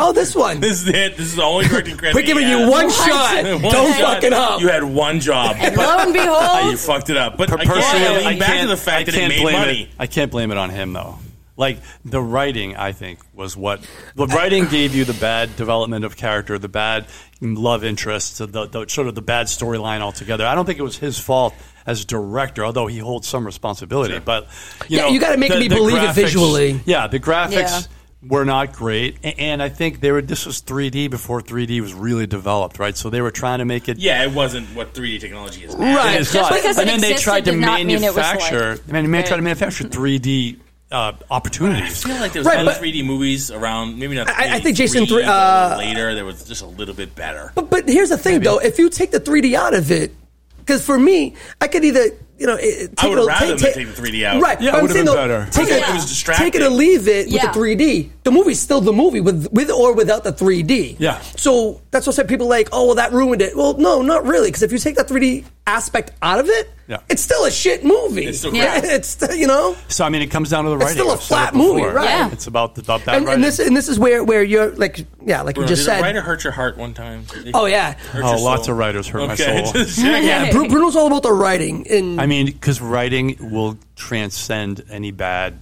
F: Oh, this one.
C: This is it. This is the only directing credit.
F: We're
C: he
F: giving you
C: has.
F: one
D: What?
F: shot.
C: One
F: Don't
C: shot.
F: fuck it up.
C: You had one job.
D: Lo and
C: Uh, you
D: behold,
C: fucked it up. But
E: Per-
C: again,
E: personally, I
C: lean back to
E: can't-
C: the fact
E: I
C: that it
E: can't
C: made
E: blame
C: money.
E: It, I can't blame it on him though. Like the writing, I think was what the writing gave you the bad development of character, the bad love interest, the, the sort of the bad storyline altogether. I don't think it was his fault as director, although he holds some responsibility. But you
F: Yeah,
E: know,
F: you gotta make
E: the-
F: me
E: the
F: believe it
E: graphics-
F: visually.
E: Yeah, the graphics.
D: Yeah.
E: Were not great, A- and I think they were. This was 3D before 3D was really developed, right? So they were trying to make it
C: Yeah, it wasn't what 3D technology is. now.
E: Right.
D: Just because it
E: and then they
D: existed
E: tried to
D: did not mean it was
E: manufacture.
D: like-
E: I mean, they tried to manufacture 3D uh, opportunities.
C: I feel like there was
F: Right,
C: other
F: but-
C: 3D movies around. Maybe not.
F: I- I
C: 3D,
F: think Jason three-
C: but
F: uh,
C: later there was just a little bit better.
F: But, but here's the thing, though. If you take the 3D out of it, because for me, I could either you know it, take
C: I would
F: it, or
C: rather
F: take,
C: than take the 3D out.
F: Right?
E: Yeah, it
F: but I'm
E: would've
F: saying,
E: been
F: though,
E: better.
F: Take it,
C: It was distracting.
F: Take it or leave it
D: Yeah.
F: with the 3D. The movie's still the movie with with or without the 3D.
E: Yeah.
F: So that's what I said. People are like, oh well, that ruined it. Well, no, not really. Because if you take that 3D aspect out of it,
E: Yeah.
F: it's still a shit movie.
C: It's still
D: Yeah. crap.
F: it's still, you know.
E: So I mean, it comes down to the
F: It's
E: writing.
F: still a
E: I've said it
F: flat movie,
E: before.
F: right?
D: Yeah.
E: It's about the about that
F: And,
E: writing.
F: and this and this is where where you're like yeah, like you
C: Bruno,
F: just
C: did a
F: said.
C: writer hurt your heart one time? Did
F: Oh
C: it
F: yeah.
C: hurt
E: Oh,
C: your
E: lots
C: soul?
E: of writers hurt my
C: Okay,
E: soul.
C: just checking.
F: Yeah, Bru- Bruno's all about the writing, and
E: I mean, because writing will transcend any bad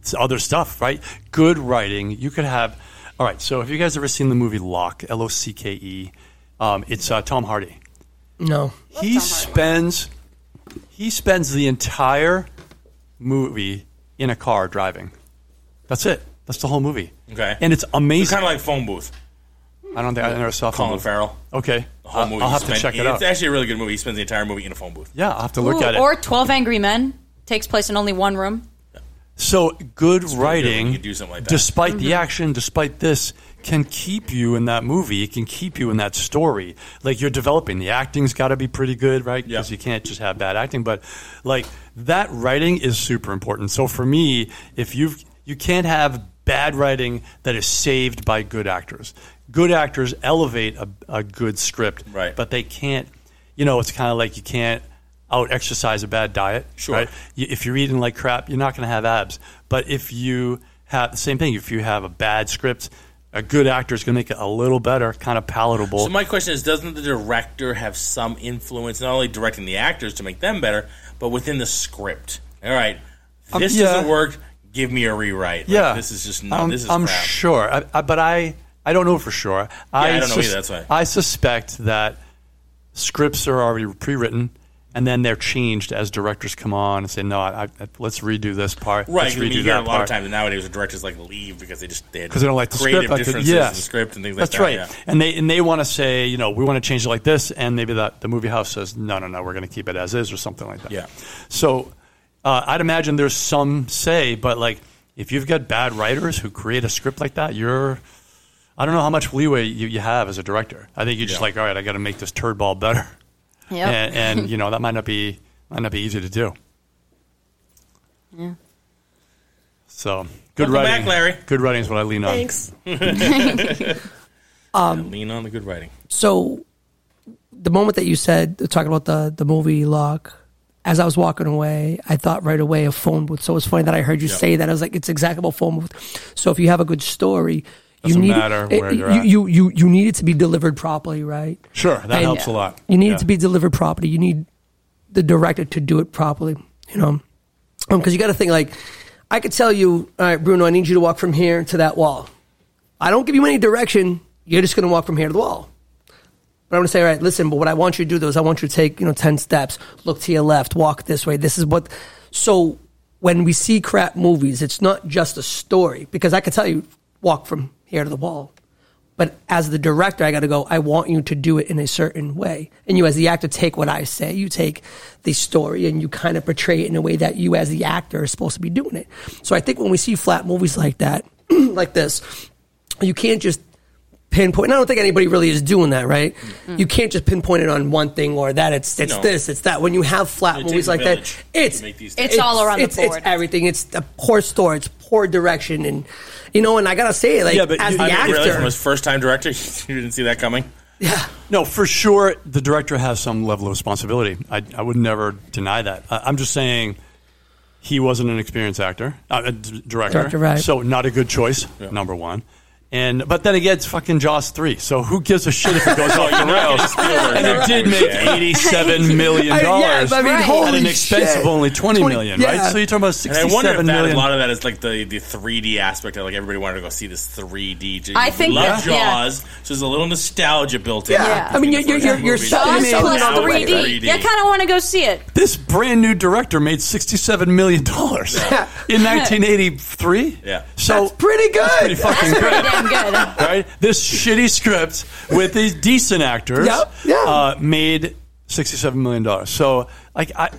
E: it's other stuff, right? Good writing, you could have. All right, so have you guys ever seen the movie Locke? L O C K E. Um, it's uh, Tom Hardy.
F: no.
E: he spends he spends the entire movie in a car driving. That's it. That's the whole movie.
C: Okay.
E: And it's
C: It's
E: amazing.
C: kind of like phone booth.
E: I don't think I never saw a
C: Colin
E: movie.
C: Farrell.
E: Okay.
C: The whole
E: I'll-
C: movie.
E: I'll
C: he
E: have to
C: spent-
E: check it
C: it's
E: out.
C: actually a really good movie. He spends the entire movie in a phone booth.
E: yeah, I'll have to look
D: Ooh,
E: at it.
D: or Twelve Angry Men takes place in only one room.
E: So good
C: pretty good
E: writing,
C: when you do something like that.
E: despite the action, despite this, can keep you in that movie. It can keep you in that story. Like you're developing. The acting's got to be pretty good, right? Because
C: Yeah.
E: you can't just have bad acting. But like that writing is super important. So for me, if you've you can't have bad writing that is saved by good actors. Good actors elevate a, a good script,
C: Right.
E: But they can't. You know, it's kind of like you can't out exercise a bad diet,
C: Sure.
E: right? Y- if you're eating like crap, you're not going to have abs. But if you have the same thing, if you have a bad script, a good actor is going to make it a little better, kind of palatable.
C: So my question is, doesn't the director have some influence not only directing the actors to make them better, but within the script? All right,
E: Um,
C: this
E: yeah.
C: doesn't work. Give me a rewrite. Like,
E: yeah,
C: this is just no.
E: I'm,
C: this is
E: I'm
C: crap.
E: sure, I, I, but I I don't know for sure.
C: I don't know either, that's why.
E: I suspect that scripts are already pre-written. And then they're changed as directors come on and say, "No, I, I, let's redo this part.
C: Right,
E: let's
C: 'cause I mean,
E: redo
C: you hear a
E: that
C: lot
E: part."
C: of times nowadays where directors like leave because they just they had
E: because they don't like the
C: creative
E: script. like the-
C: differences
E: yeah.
C: in the script and things
E: That's
C: like that.
E: right.
C: yeah.
E: And they and they want to say, you know, we want to change it like this, and maybe the the movie house says, no, no, no, we're going to keep it as is or something like that.
C: Yeah.
E: So uh, I'd imagine there's some say, but like if you've got bad writers who create a script like that, you're I don't know how much leeway you, you have as a director. I think you're just
C: Yeah.
E: like, all right, I got to make this turd ball better,
D: Yep.
E: and, and you know that might not be might not be easy to do. So good
C: Welcome
E: writing,
C: back, Larry.
E: Good writing is what I lean on.
I: Thanks.
C: Lean on the good writing.
F: So, the moment that you said talking about the the movie lock, as I was walking away, I thought right away of phone booth. So it's funny that I heard you say that. I was like, it's exactly about phone booth. So if you have a good story, you
E: Doesn't
F: need
E: matter
F: it,
E: where
F: it-
E: you're at.
F: you, you you you need it to be delivered properly, right?
E: Sure, that
F: And
E: helps a lot.
F: You need
E: Yeah.
F: it to be delivered properly. You need the director to do it properly. You know, because you got to think like, I could tell you, all right, Bruno, I need you to walk from here to that wall. I don't give you any direction. You're just going to walk from here to the wall. But I'm going to say, all right, listen, but what I want you to do though is I want you to take, you know, 10 steps, look to your left, walk this way. This is what. So when we see crap movies, it's not just a story because I could tell you, walk from here to the wall. But as the director, I got to go, I want you to do it in a certain way. And you, as the actor, take what I say. You take the story and you kind of portray it in a way that you, as the actor, are supposed to be doing it. So I think when we see flat movies like that, like this, you can't just pinpoint. And I don't think anybody really is doing that, right? You can't just pinpoint it on one thing or that. It's it's
C: Mm-hmm. No.
F: this, it's that. When you have
C: It
F: flat
C: takes
F: movies
C: a
F: like
C: village
F: that,
C: to
F: it's
C: make these
D: It's all around the
F: it's- it's
D: board.
F: everything. It's the poor story. It's poor direction, and you know. And I gotta say, like
E: Yeah, but
F: as
E: you-
F: the
E: I
C: I
E: mean,
C: mean,
F: actor,
C: really, from his first time director, you didn't see that coming.
F: yeah.
E: No, for sure, the director has some level of responsibility. I, I would never deny that. I, I'm just saying he wasn't an experienced actor, uh, a d- director,
F: Director, right.
E: so not a good choice. Number one. And but then again, it's fucking Jaws three. So who gives a shit if it goes off the rails? And it did make eighty-seven million
F: I- yeah,
E: dollars
F: but I mean,
D: Right.
E: at
F: holy
E: an expense
F: shit.
E: of only twenty million,
F: yeah.
E: right? So you're talking about
C: And I wonder if
E: sixty-seven
C: that, a
E: million.
C: lot of that is like the, the 3D aspect. Of like everybody wanted to go see this 3D.
D: I think
C: love
D: that- yeah.
C: Jaws, so there's a little nostalgia built in.
F: Yeah.
D: Yeah. I
F: mean,
C: between
F: you're-
C: the
F: you're-
C: first
F: you're
C: movie and
D: Jaws
F: so-
C: the
F: you're
C: second
D: plus
F: so
C: one.
F: right,
D: 3D. Yeah, I kind of want to go see it.
E: this brand new director made sixty-seven million dollars in nineteen eighty-three.
C: Yeah.
E: so
F: That's pretty good.
E: That's pretty fucking
D: That's
E: good.
D: pretty damn good.
E: right? This shitty script with these decent actors
F: Yep, yeah.
E: uh, made sixty-seven million dollars. So, like, I,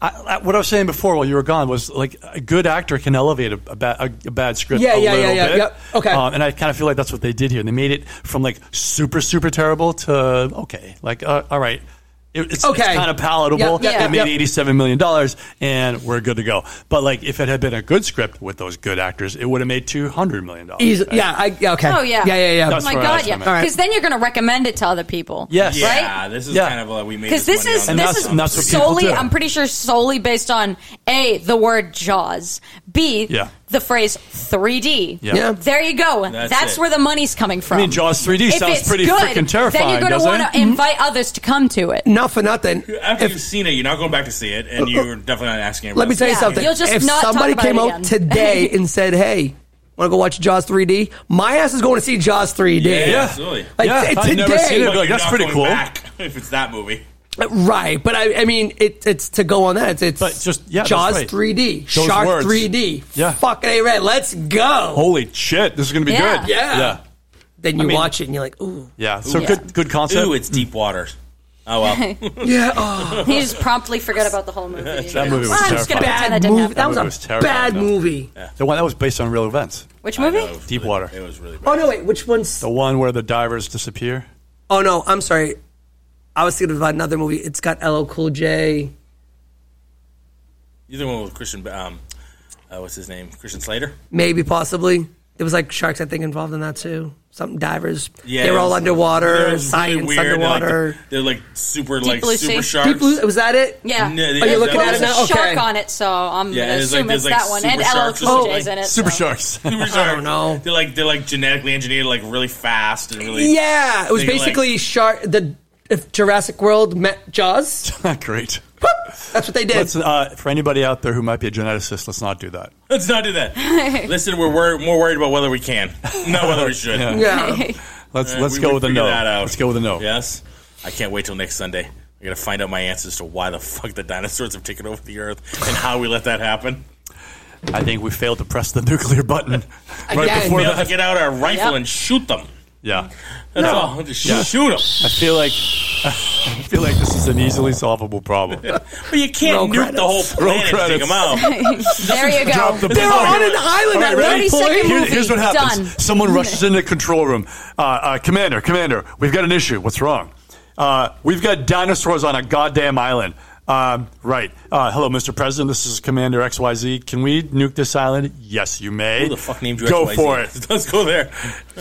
E: I, I, what I was saying before while you were gone was like a good actor can elevate a, a, ba- a, a bad script.
F: Yeah,
E: a
F: yeah, yeah,
E: little
F: yeah,
E: bit.
F: yep, okay.
E: Um, and I kind of feel like that's what they did here. They made it from like super, super terrible to okay, like uh, all right. It- It's,
F: Okay.
E: kind of palatable.
F: Yep, yep,
E: it made
F: yep.
E: eighty-seven million dollars, and we're good to go. But like, if it had been a good script with those good actors, it would have made two hundred million dollars.
F: He's- yeah, I, yeah, okay.
D: Oh yeah,
F: yeah, yeah, yeah.
D: Oh
E: That's
D: my
E: where I was
D: god, yeah.
E: coming at.
D: Because then you're going to recommend it to other people.
E: Yes.
C: Yeah,
D: right?
C: this is
E: Yeah.
C: kind of like we made
D: Because this
C: money
D: is
C: on
E: And
D: this
E: that's- and that's
D: is
E: what people
D: solely.
E: do.
D: I'm pretty sure solely based on a the word Jaws, b
E: Yeah.
D: the phrase 3D.
E: Yeah. Yeah.
D: There you go.
C: That's
D: That's,
C: it.
D: where the money's coming from.
E: I mean, Jaws 3D
D: If
E: sounds
D: it's
E: pretty
D: good,
E: freaking terrifying,
D: Then you're gonna
E: doesn't
D: wanna
E: it?
D: invite others to come to it.
F: Not for nothing.
C: After you've seen it, you're not going back to see it,
E: Uh,
C: and you're definitely not asking.
F: Let
C: everyone
F: me tell you
D: Yeah,
F: something.
D: you'll just
F: if
D: not talk
F: somebody
D: about
F: came
D: it
F: out
D: again.
F: today and said, "Hey, want to go watch Jaws 3D?" My ass is going to see Jaws 3D.
C: Yeah,
E: Yeah.
C: absolutely.
F: Like,
E: Yeah, if
F: t-
E: I've never
F: today-
E: seen it, I'd be
C: But
E: like,
C: you're
E: that's
C: not
E: pretty
C: going
E: cool.
C: back if it's that movie.
F: Right, but I, I mean, it, it's to go on that. It's, it's
E: But just- yeah, that's
F: Jaws
E: right.
F: 3D,
E: Those
F: Shark
E: words.
F: 3D,
E: Yeah.
F: fucking A Red, let's go.
E: Holy shit, this is going to be
D: Yeah.
E: good.
F: Yeah.
E: Yeah.
F: then you
E: mean-
F: watch it and you're like, ooh,
E: Yeah. So
D: Yeah.
E: good good concept.
C: Ooh, it's deep water. Oh well,
F: yeah, oh,
D: He just promptly forgot about the whole movie.
E: that movie was
D: Well, I'm just gonna
E: terrifying.
D: pretend
F: bad
D: that didn't
F: movie.
D: happen.
F: That was
E: That
F: a
E: movie was terrifying,
F: bad
E: though.
F: movie.
E: the one that was based on real events.
D: Which
C: I know,
D: movie?
C: it was
E: Deep
C: really-
E: water.
C: It was really bad.
F: Oh no, wait, which one's?
E: The one where the divers disappear.
F: Oh no, I'm sorry. I was thinking about another movie. It's got LL Cool J.
C: You're the one with Christian. Um, uh, what's his name? Christian Slater.
F: maybe possibly. There was like sharks, I think, involved in that too. Something divers.
C: Yeah,
F: they were
C: it
F: all
C: was-
F: underwater.
C: it was really
F: science
C: weird. They're like-
F: underwater.
C: They're like, super like
D: blue
C: super
D: sea.
C: sharks.
F: Deep blue. Was that it?
D: Yeah.
C: No, they-
D: Well,
F: you looking
D: there
F: at
D: was
F: it
D: a
F: now? Okay.
D: shark on it, so I'm
C: Yeah, there's,
D: gonna
C: like,
D: assume
C: there's,
D: it's
C: like,
D: that one. And
C: super
D: LL
C: sharks or
D: Cool
C: something.
D: J's in it.
E: Super
D: so.
E: sharks.
C: Super sharks. I
F: don't know.
C: They're like they're like genetically engineered, like really fast and really.
F: Yeah, it was
C: They, like-
F: basically shark. The if Jurassic World met Jaws.
E: Great.
F: That's what they did.
E: Let's, uh, for anybody out there who might be a geneticist, let's not do that.
C: Let's not do that. Listen, we're wor- more worried about whether we can, not whether we should.
F: yeah,
E: Let's
C: Uh,
E: let's
C: we
E: go
C: will
E: with a
C: figure
E: no.
C: that out.
E: Let's go with a no.
C: Yes. I can't wait till next Sunday. I gotta find out my answers to why the fuck the dinosaurs have taken over the earth and how we let that happen.
E: I think we failed to press the nuclear button right
F: Again.
E: before
C: We have to
E: that.
C: get out our rifle
D: Yep.
C: and shoot them.
E: Yeah,
C: That's all. Just shoot them.
E: I feel like I feel like this is an easily solvable problem.
C: But you can't
F: Roll
C: nuke
F: credits.
C: the whole planet
E: Roll
C: and take
E: credits.
C: them out.
D: there you go.
E: Drop the
F: they're
E: bomb.
F: on an island
E: All
F: at
E: ready?
D: 30
F: one point.
D: second
E: Here-
D: movie.
E: here's what happens.
D: Done.
E: Someone rushes into the control room. Uh, uh, commander, commander, we've got an issue. What's wrong? Uh, we've got dinosaurs on a goddamn island. Um, right. Uh, hello, Mr. President. This is Commander XYZ. Can we nuke this island? Yes, you may.
C: Who the fuck named you
E: Go
C: XYZ?
E: for it.
C: Let's go there.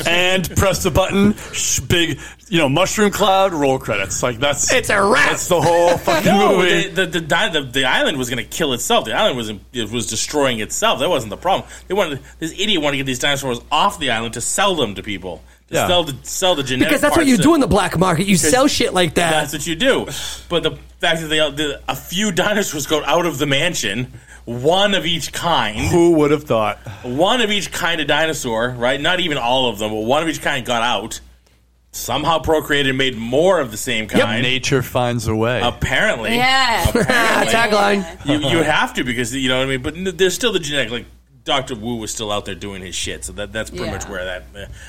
E: and press the button. Sh- big, you know, mushroom cloud. Roll credits. Like that's
F: It's a wrap.
E: That's the whole fucking
C: No,
E: movie.
C: the, the, the, di- the, the island was going to kill itself. The island was it was destroying itself. That wasn't the problem. They wanted this idiot wanted to get these dinosaurs off the island to sell them to people. To
E: Yeah.
C: sell the sell the genetic
F: Because that's what
C: parts
F: you
C: to-
F: do in the black market. You sell shit like
C: That's
F: that.
C: what you do. But the fact that they the, a few dinosaurs go out of the mansion, one of each kind,
E: Who would have thought?
C: one of each kind of dinosaur, right? Not even all of them, but one of each kind got out. Somehow procreated and made more of the same kind.
E: Nature finds a way.
C: Apparently,
D: Yes.
F: Ah,
C: Apparently.
F: tagline.
C: you, you have to because you know what I mean. But n- there's still the genetic. Like Doctor Wu was still out there doing his shit, so that that's pretty
D: Yeah. Uh-huh.
C: much where that.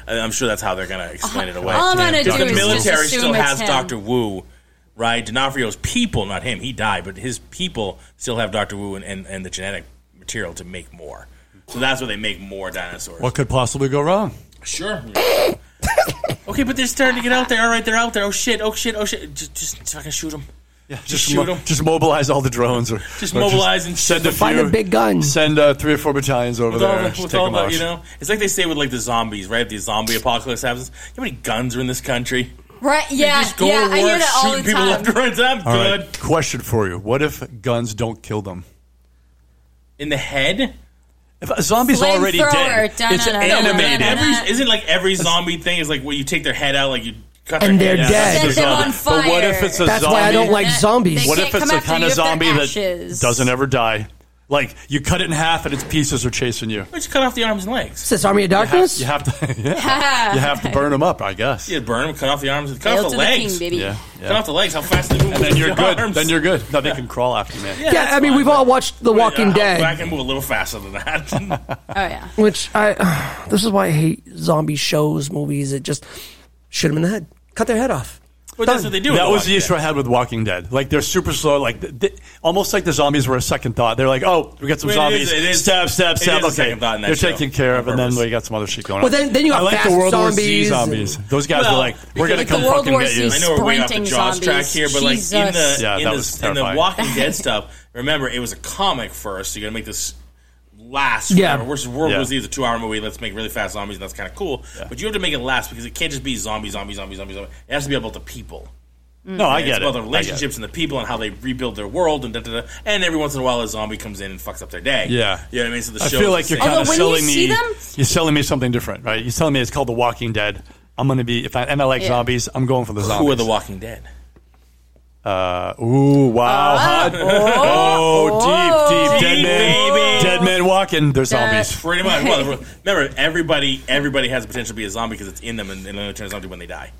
C: Uh, I- I'm sure that's how they're gonna explain it away.
D: all I'm gonna
C: Because
D: do
C: the
D: is just
C: military
D: assume
C: still
D: it's
C: has
D: him.
C: Doctor Wu, right? D'Onofrio's people, not him. He died, but his people still have Doctor Wu and, and, and the genetic material to make more. So that's where they make more dinosaurs.
E: what could possibly go wrong?
C: Sure. okay, but they're starting to get out there. All right, they're out there. Oh shit! Oh shit! Oh shit! Just, just fucking shoot them.
E: Yeah, just,
C: shoot 'em.
E: Just mobilize all the drones, or
C: Just
E: or
C: mobilize and shoot
E: send a
C: 'em.
F: Find
E: few-
F: a big gun.
E: Send uh, three or four battalions over
C: with
E: there.
C: all
E: and
C: the,
E: just
C: with
E: take
C: all
E: them
C: the
E: out.
C: you know, it's like they say with like the zombies, right? If the zombie apocalypse happens, you know how many guns are in this country?
D: Right? Yeah.
C: they just go
D: yeah.
C: to
D: I hear
C: war
D: that all
C: shooting
D: the
C: people
D: time.
C: left and right. I'm
E: All
C: good
E: right, question for you: What if guns don't kill them?
C: in the head.
E: If a zombie's already
D: Flamethrower,
E: dead, it's
D: dun-dun-dun-dun-dun.
E: animated.
D: Dun-dun-dun.
C: Every, isn't like every zombie thing is like where you take their head out, like you cut
F: And
C: their
F: they're
C: head out.
F: dead.
E: It's a
D: Set them
E: zombie.
D: on
E: But what
D: fire.
E: if it's a
F: That's
E: zombie?
F: why I don't like
D: That-
F: zombies.
D: they
E: What
D: can't
E: if it's
D: come
E: the
D: after
E: kind
D: you
E: of
D: if they're
E: zombie that
D: ashes.
E: doesn't ever die? Like you cut it in half and its pieces are chasing you.
C: Or just cut off the arms and legs.
F: Is this Army of Darkness?
E: You have to, yeah. you have to burn them up, I guess.
C: Yeah, burn them, cut off the arms, cut
D: Hail
C: off
D: to
C: the
D: the king,
C: legs.
D: baby.
E: yeah,
C: Cut off the legs. How fast they move.
E: And then
C: with
E: you're
C: the
E: good.
C: Arms.
E: Then you're good. No, they can crawl after you, man.
F: Yeah, I mean, we've all watched The Walking
C: Yeah, I
F: Dead,
C: can move a little faster than that.
D: Oh yeah.
F: which I. This is why I hate zombie shows, movies. It just shoot them in the head, cut their head off.
C: but that's what they do. in
E: That was
C: Walking
E: the
C: Dead.
E: issue I had with Walking Dead. Like they're super slow. Like th th- almost like the zombies were a second thought. They're like, oh, we got some
C: Well, it is-
E: zombies.
C: it is-
E: stab, stab,
C: it
E: stab.
C: is a
E: Okay,
C: second thought in that
E: they're
C: show,
E: taken care of,
C: on
E: and then
C: purpose.
E: we got some other shit going
F: Well,
E: on.
F: then- then you got
E: I like
F: fast
E: the World War Z
F: zombies.
E: zombies. Those guys
C: Well,
E: were like, we're gonna
D: like
E: come
D: the World
E: fucking
D: War
E: get you.
D: Z
C: I know we're way off the
D: sprinting
C: Jaws track
D: zombies.
C: here, but like in the
D: Jesus.
E: Yeah,
C: in,
E: that
C: the,
E: was
C: in the
E: terrifying.
C: Walking Dead stuff, remember it was a comic first. So you got to make this last.
F: Yeah.
C: forever. versus World
E: Yeah.
C: War Z is a two-hour movie. Let's make really fast zombies, and that's kind of cool. But you have to make it last because it can't just be zombies, zombies, zombies, zombies. zombies. It has to be about the people.
E: No, I
C: it's
E: get it.
C: about the
E: I get it.
C: relationships and the people and how they rebuild their world and da, da, da. and every once in a while a zombie comes in and fucks up their day.
E: Yeah.
C: you know what I mean. So the
E: I
C: show is
E: feel like
C: the
E: you're
C: same.
E: kind of
D: Although when you
E: selling
D: see
E: me.
D: them-
E: You're selling me something different, right? You're telling me it's called The Walking Dead. I'm gonna be if I and I like
D: Yeah.
E: zombies. I'm going for the zombies.
C: who are the Walking Dead.
E: Ooh, wow,
D: Ah.
E: hot. Oh, deep, deep, dead
C: Deep,
E: man,
C: baby.
E: dead man walking. They're zombies.
C: Pretty much. Well, remember, everybody everybody has the potential to be a zombie because it's in them, and, and then they turn zombie when they die.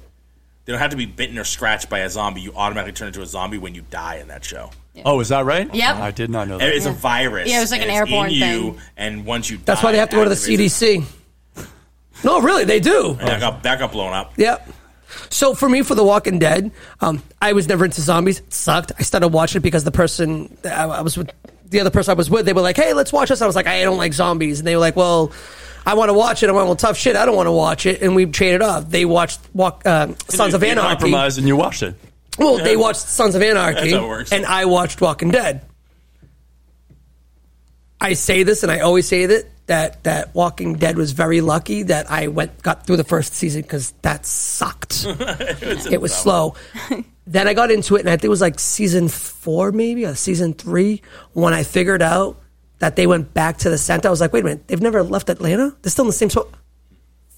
C: They don't have to be bitten or scratched by a zombie. You automatically turn into a zombie when you die in that show.
E: Oh, is that right?
D: Yep.
E: I did not know
C: And
E: that.
C: It's a virus.
D: Yeah, it was like
C: and
D: an
C: it's
D: airborne
C: in You,
D: thing.
C: and once you,
F: That's why they have to go to the CDC. No, really, they do.
C: That got, that got blown up.
F: Yep. So for me, for The Walking Dead, um, I was never into zombies. It sucked. I started watching it because the person that I, I was with, the other person I was with, they were like, "Hey, let's watch this." I was like, "I don't like zombies," and they were like, "Well." I want to watch it. I'm like, well, tough shit. I don't want to watch it, and we traded off. They watched walk, uh, Sons of
E: You
F: Anarchy.
E: compromised and you watched it.
F: Well, they watched Sons of Anarchy,
C: That's how it works.
F: and I watched Walking Dead. I say this, and I always say that that that Walking Dead was very lucky that I went got through the first season because that sucked. it was slow. then I got into it, and I think it was like season four, maybe or season three, when I figured out that they went back to the center. I was like, wait a minute, they've never left Atlanta. They're still in the same spot.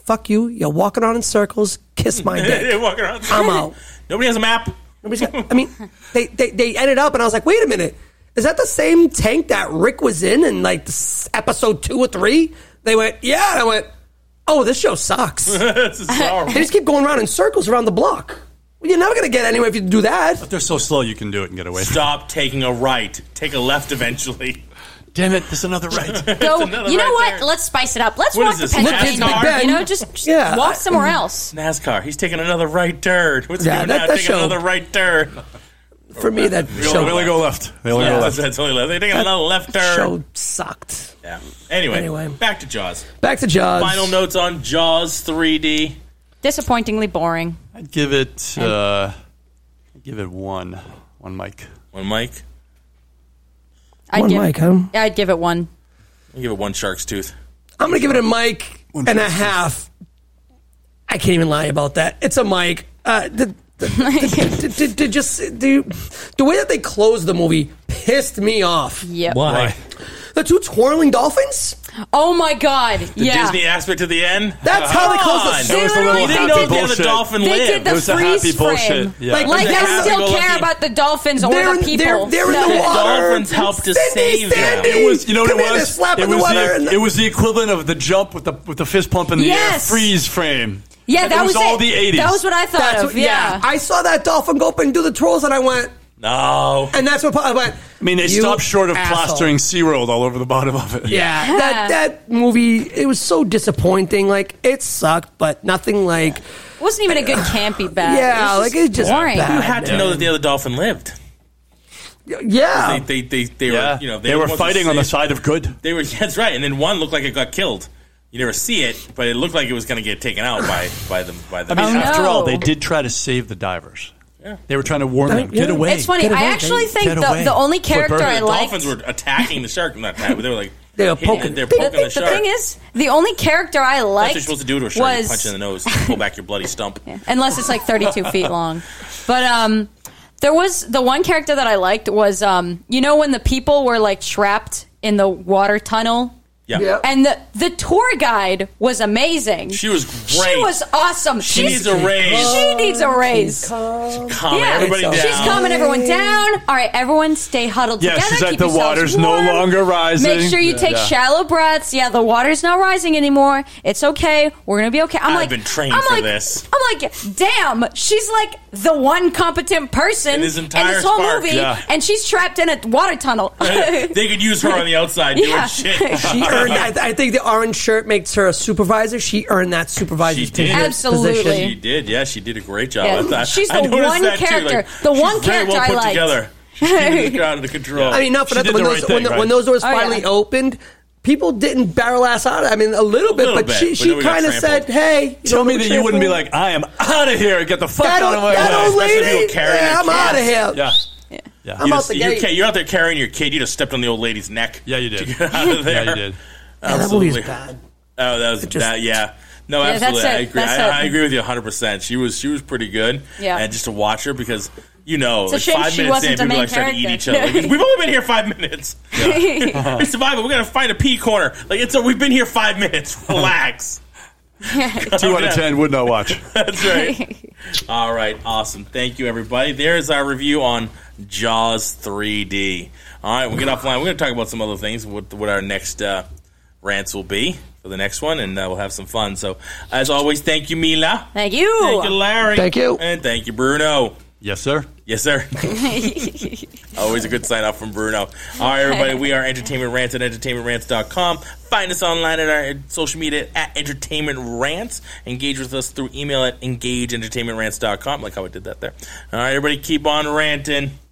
F: Fuck you! You're walking around in circles. Kiss my dick.
C: walking around.
F: I'm out.
C: Nobody has a map.
F: Nobody's got, I mean, they, they they ended up, and I was like, wait a minute, is that the same tank that Rick was in in like s- episode two or three? They went, yeah, and I went, oh, this show sucks. they
C: this is horrible.
F: just keep going around in circles around the block. Well, you're never gonna get anywhere if you do that.
E: They're so slow you can do it and get away.
C: Stop taking a right. Take a left eventually.
E: Damn it, there's another right.
D: Go, you know
C: another right
D: what?
C: there.
D: Let's spice it up. Let's
C: What
D: walk
C: is
D: the
C: this,
D: Pennsylvania.
C: NASCAR?
D: Bend, You know, just, just
F: Yeah.
D: walk somewhere else.
C: NASCAR. He's taking another right turn. What's
F: Yeah,
C: he doing
F: that-
C: now?
F: that
C: taking
F: show-
C: another right turn.
F: For me, that
E: They
F: show
E: only go left. They only
C: Yeah,
E: go
C: that's,
E: left.
C: that's only left. They're taking another left turn.
F: show sucked.
C: Yeah. Anyway,
F: Anyway.
C: back to Jaws.
F: Back to Jaws.
C: Final notes on Jaws 3D.
D: Disappointingly boring.
E: I'd give it. Uh, I'd give it one. One mic.
C: One mic.
D: I'd
F: One
D: give,
F: mic, huh?
D: I'd give it one.
C: I'll give it one shark's tooth.
F: I'm gonna give it a mic and a half. I can't even lie about that. It's a mic. Uh, the, the, the, the, the, the- just the, the way that they closed the movie pissed me off.
D: Yep.
C: Why?
F: The two twirling dolphins.
D: Oh my god.
C: The
D: yeah.
C: Disney aspect to the end?
F: That's how they close
C: Come
F: the
C: on.
F: series.
D: They literally
C: You didn't
D: did-
C: know they had a
E: bullshit.
C: dolphin
D: They
C: live.
D: did the
E: It was a
D: freeze
E: happy bullshit.
D: frame.
E: Yeah.
F: Like,
D: Like
C: They're
D: I
C: happy
D: still
C: go
D: care
C: lucky.
D: about the dolphins or
F: They're
D: the
F: in-
D: people.
F: they're- they're in
D: No.
F: the water.
C: dolphins helped to
F: Cindy,
C: save them.
F: Cindy,
E: It was, you know what
F: come
E: it
F: in and
E: was?
F: slap
E: It
F: in the
E: was
F: water
E: the,
F: and-
E: it was the equivalent of the jump with the with the fist pump in the air
D: Yes.
E: freeze frame.
D: Yeah,
E: It
D: that
E: was
D: was,
E: all
D: it.
E: the 80s.
D: That was what I thought
F: That's
D: of.
F: what-
D: yeah.
F: I saw that dolphin go up and do the twirls, and I went,
C: No.
F: and that's what I went.
E: I mean, they
F: "You
E: stopped short of
F: asshole."
E: plastering SeaWorld all over the bottom of it.
F: Yeah, that that movie it was so disappointing. Like it sucked, but nothing like
D: it wasn't even a good campy bag.
F: yeah, like it's just
D: boring.
F: bad.
D: You
C: I had to know that the other dolphin lived. They,
F: Yeah,
C: they, they, they
E: Oh. Yeah.
C: were, you know,
E: they, were
C: ones
E: fighting
C: that
E: on the
C: saved-
E: side of good.
C: They were, that's right. And then one looked like it got killed. You never see it, but it looked like it was going to get taken out by by the by the.
D: mean, Oh,
E: after
D: no.
E: all, they did try to save the divers. Yeah. They were trying to warn them. Get
F: Oh, yeah.
E: away.
D: It's funny.
E: Get
D: I
E: away,
D: actually
E: baby.
D: think
E: Get
D: the,
E: away."
D: the only character
E: burning
D: I
C: the
D: liked.
C: dolphins were attacking the shark. Not that, but they were like
F: They were
C: hitting it,
F: poking.
C: They're
F: The
D: the,
C: poking
D: thi-
C: the, shark.
D: the thing is, the only character I
C: that's what
D: liked
C: you're supposed to do to a shark. you
D: was
C: punch it in the nose, and pull back your bloody stump.
D: unless it's like 32 feet long. But um, there was the one character that I liked was um, you know when the people were like trapped in the water tunnel.
C: Yeah.
F: Yeah.
D: And the, the tour guide was amazing.
C: She was great.
D: She was awesome.
C: She
D: She's-
C: needs a raise.
D: She needs a raise.
C: Calming everybody down.
D: She's calming everyone down. All right, everyone stay huddled
E: Yeah,
D: together.
E: she's like,
D: Keep
E: "The
D: yourselves
E: water's no
D: warm.
E: longer rising."
D: Make sure you take
E: Yeah.
D: shallow breaths. Yeah, the water's not rising anymore. It's okay. We're gonna be okay. I'm
C: I've
D: like,
C: been trained
D: I'm
C: for
D: like,
C: this.
D: I'm like, damn, she's like the one competent person
C: In this entire
D: whole
C: park,
D: movie,
E: yeah.
D: and she's trapped in a water tunnel.
C: they could use her on the outside doing
D: Yeah.
C: shit.
F: she earned. that. I think the orange shirt makes her a supervisor. She earned that supervisor
C: She did.
F: position.
D: Absolutely.
C: She did, yeah, she did a great job.
D: Yeah,
C: I thought,
D: she's
C: I
D: the
C: noticed
D: one
C: that too,
D: character-
C: like,
D: the
C: she's
D: one
C: very well
D: character I
C: put
D: liked.
C: together. She's keeping the crowd under control.
F: I mean, not for nothing.
E: She did
F: When
E: the
F: those
E: right
F: when,
E: thing,
F: the-
E: right?
F: when those doors
D: Oh, yeah.
F: finally opened, people didn't barrel ass out. I mean, a little bit,
C: little
F: but
C: bit,
F: she
C: but
F: she
C: then we got
F: kind of
C: trampled.
F: said, "Hey, you
E: Tell
F: don't
E: me
F: know
E: that
F: what
E: you wouldn't be
F: trampled?
E: like, I am out of here. Get the fuck
F: that
E: out
F: old,
E: of my
F: that
E: way.
F: old
C: Especially people
F: lady.
C: carrying
F: Yeah,
C: their
F: I'm out of
C: kids.
F: here.
E: Yeah. Yeah.
F: I'm
E: You
F: out
E: just-
F: the
C: you're,
F: gate.
C: ca- you're out there carrying your kid. You just stepped on the old lady's neck.
E: Yeah, you did.
C: To get out of there.
E: Yeah, you did.
F: Yeah, that
C: Absolutely.
F: movie's bad.
C: Oh, that was
F: just-
C: that. Yeah. No,
D: Yeah,
C: absolutely.
D: that's
C: I
D: it.
C: agree.
D: That's
C: I, I
D: it.
C: agree with you 100. percent She was she was pretty good.
D: Yeah.
C: And just to watch her because you know,
D: a
C: like
D: shame
C: five
D: she
C: minutes
D: wasn't
C: in,
D: the
C: people
D: main
C: like start to eat each
D: character.
C: other. Like, we've only been here five minutes. we survived. but We gotta find a pee corner. Like it's a, we've been here five minutes. Relax.
E: Two out of ten would not watch.
C: That's right. All right, awesome. Thank you, everybody. There's our review on Jaws 3D. All right, we'll get offline. We're going to talk about some other things, what, what our next uh, rants will be for the next one, and uh, we'll have some fun. So, as always, thank you, Mila.
D: Thank you.
C: Thank you, Larry.
F: Oh, Thank you.
C: And thank you, Bruno.
E: yes, sir.
C: Yes, sir. Always a good sign off from Bruno. All right, everybody, we are Entertainment Rants at entertainmentrants.com. Find us online at our social media at Entertainment Rants. Engage with us through email at engageentertainmentrants.com. Like how I did that there. All right, everybody, keep on ranting.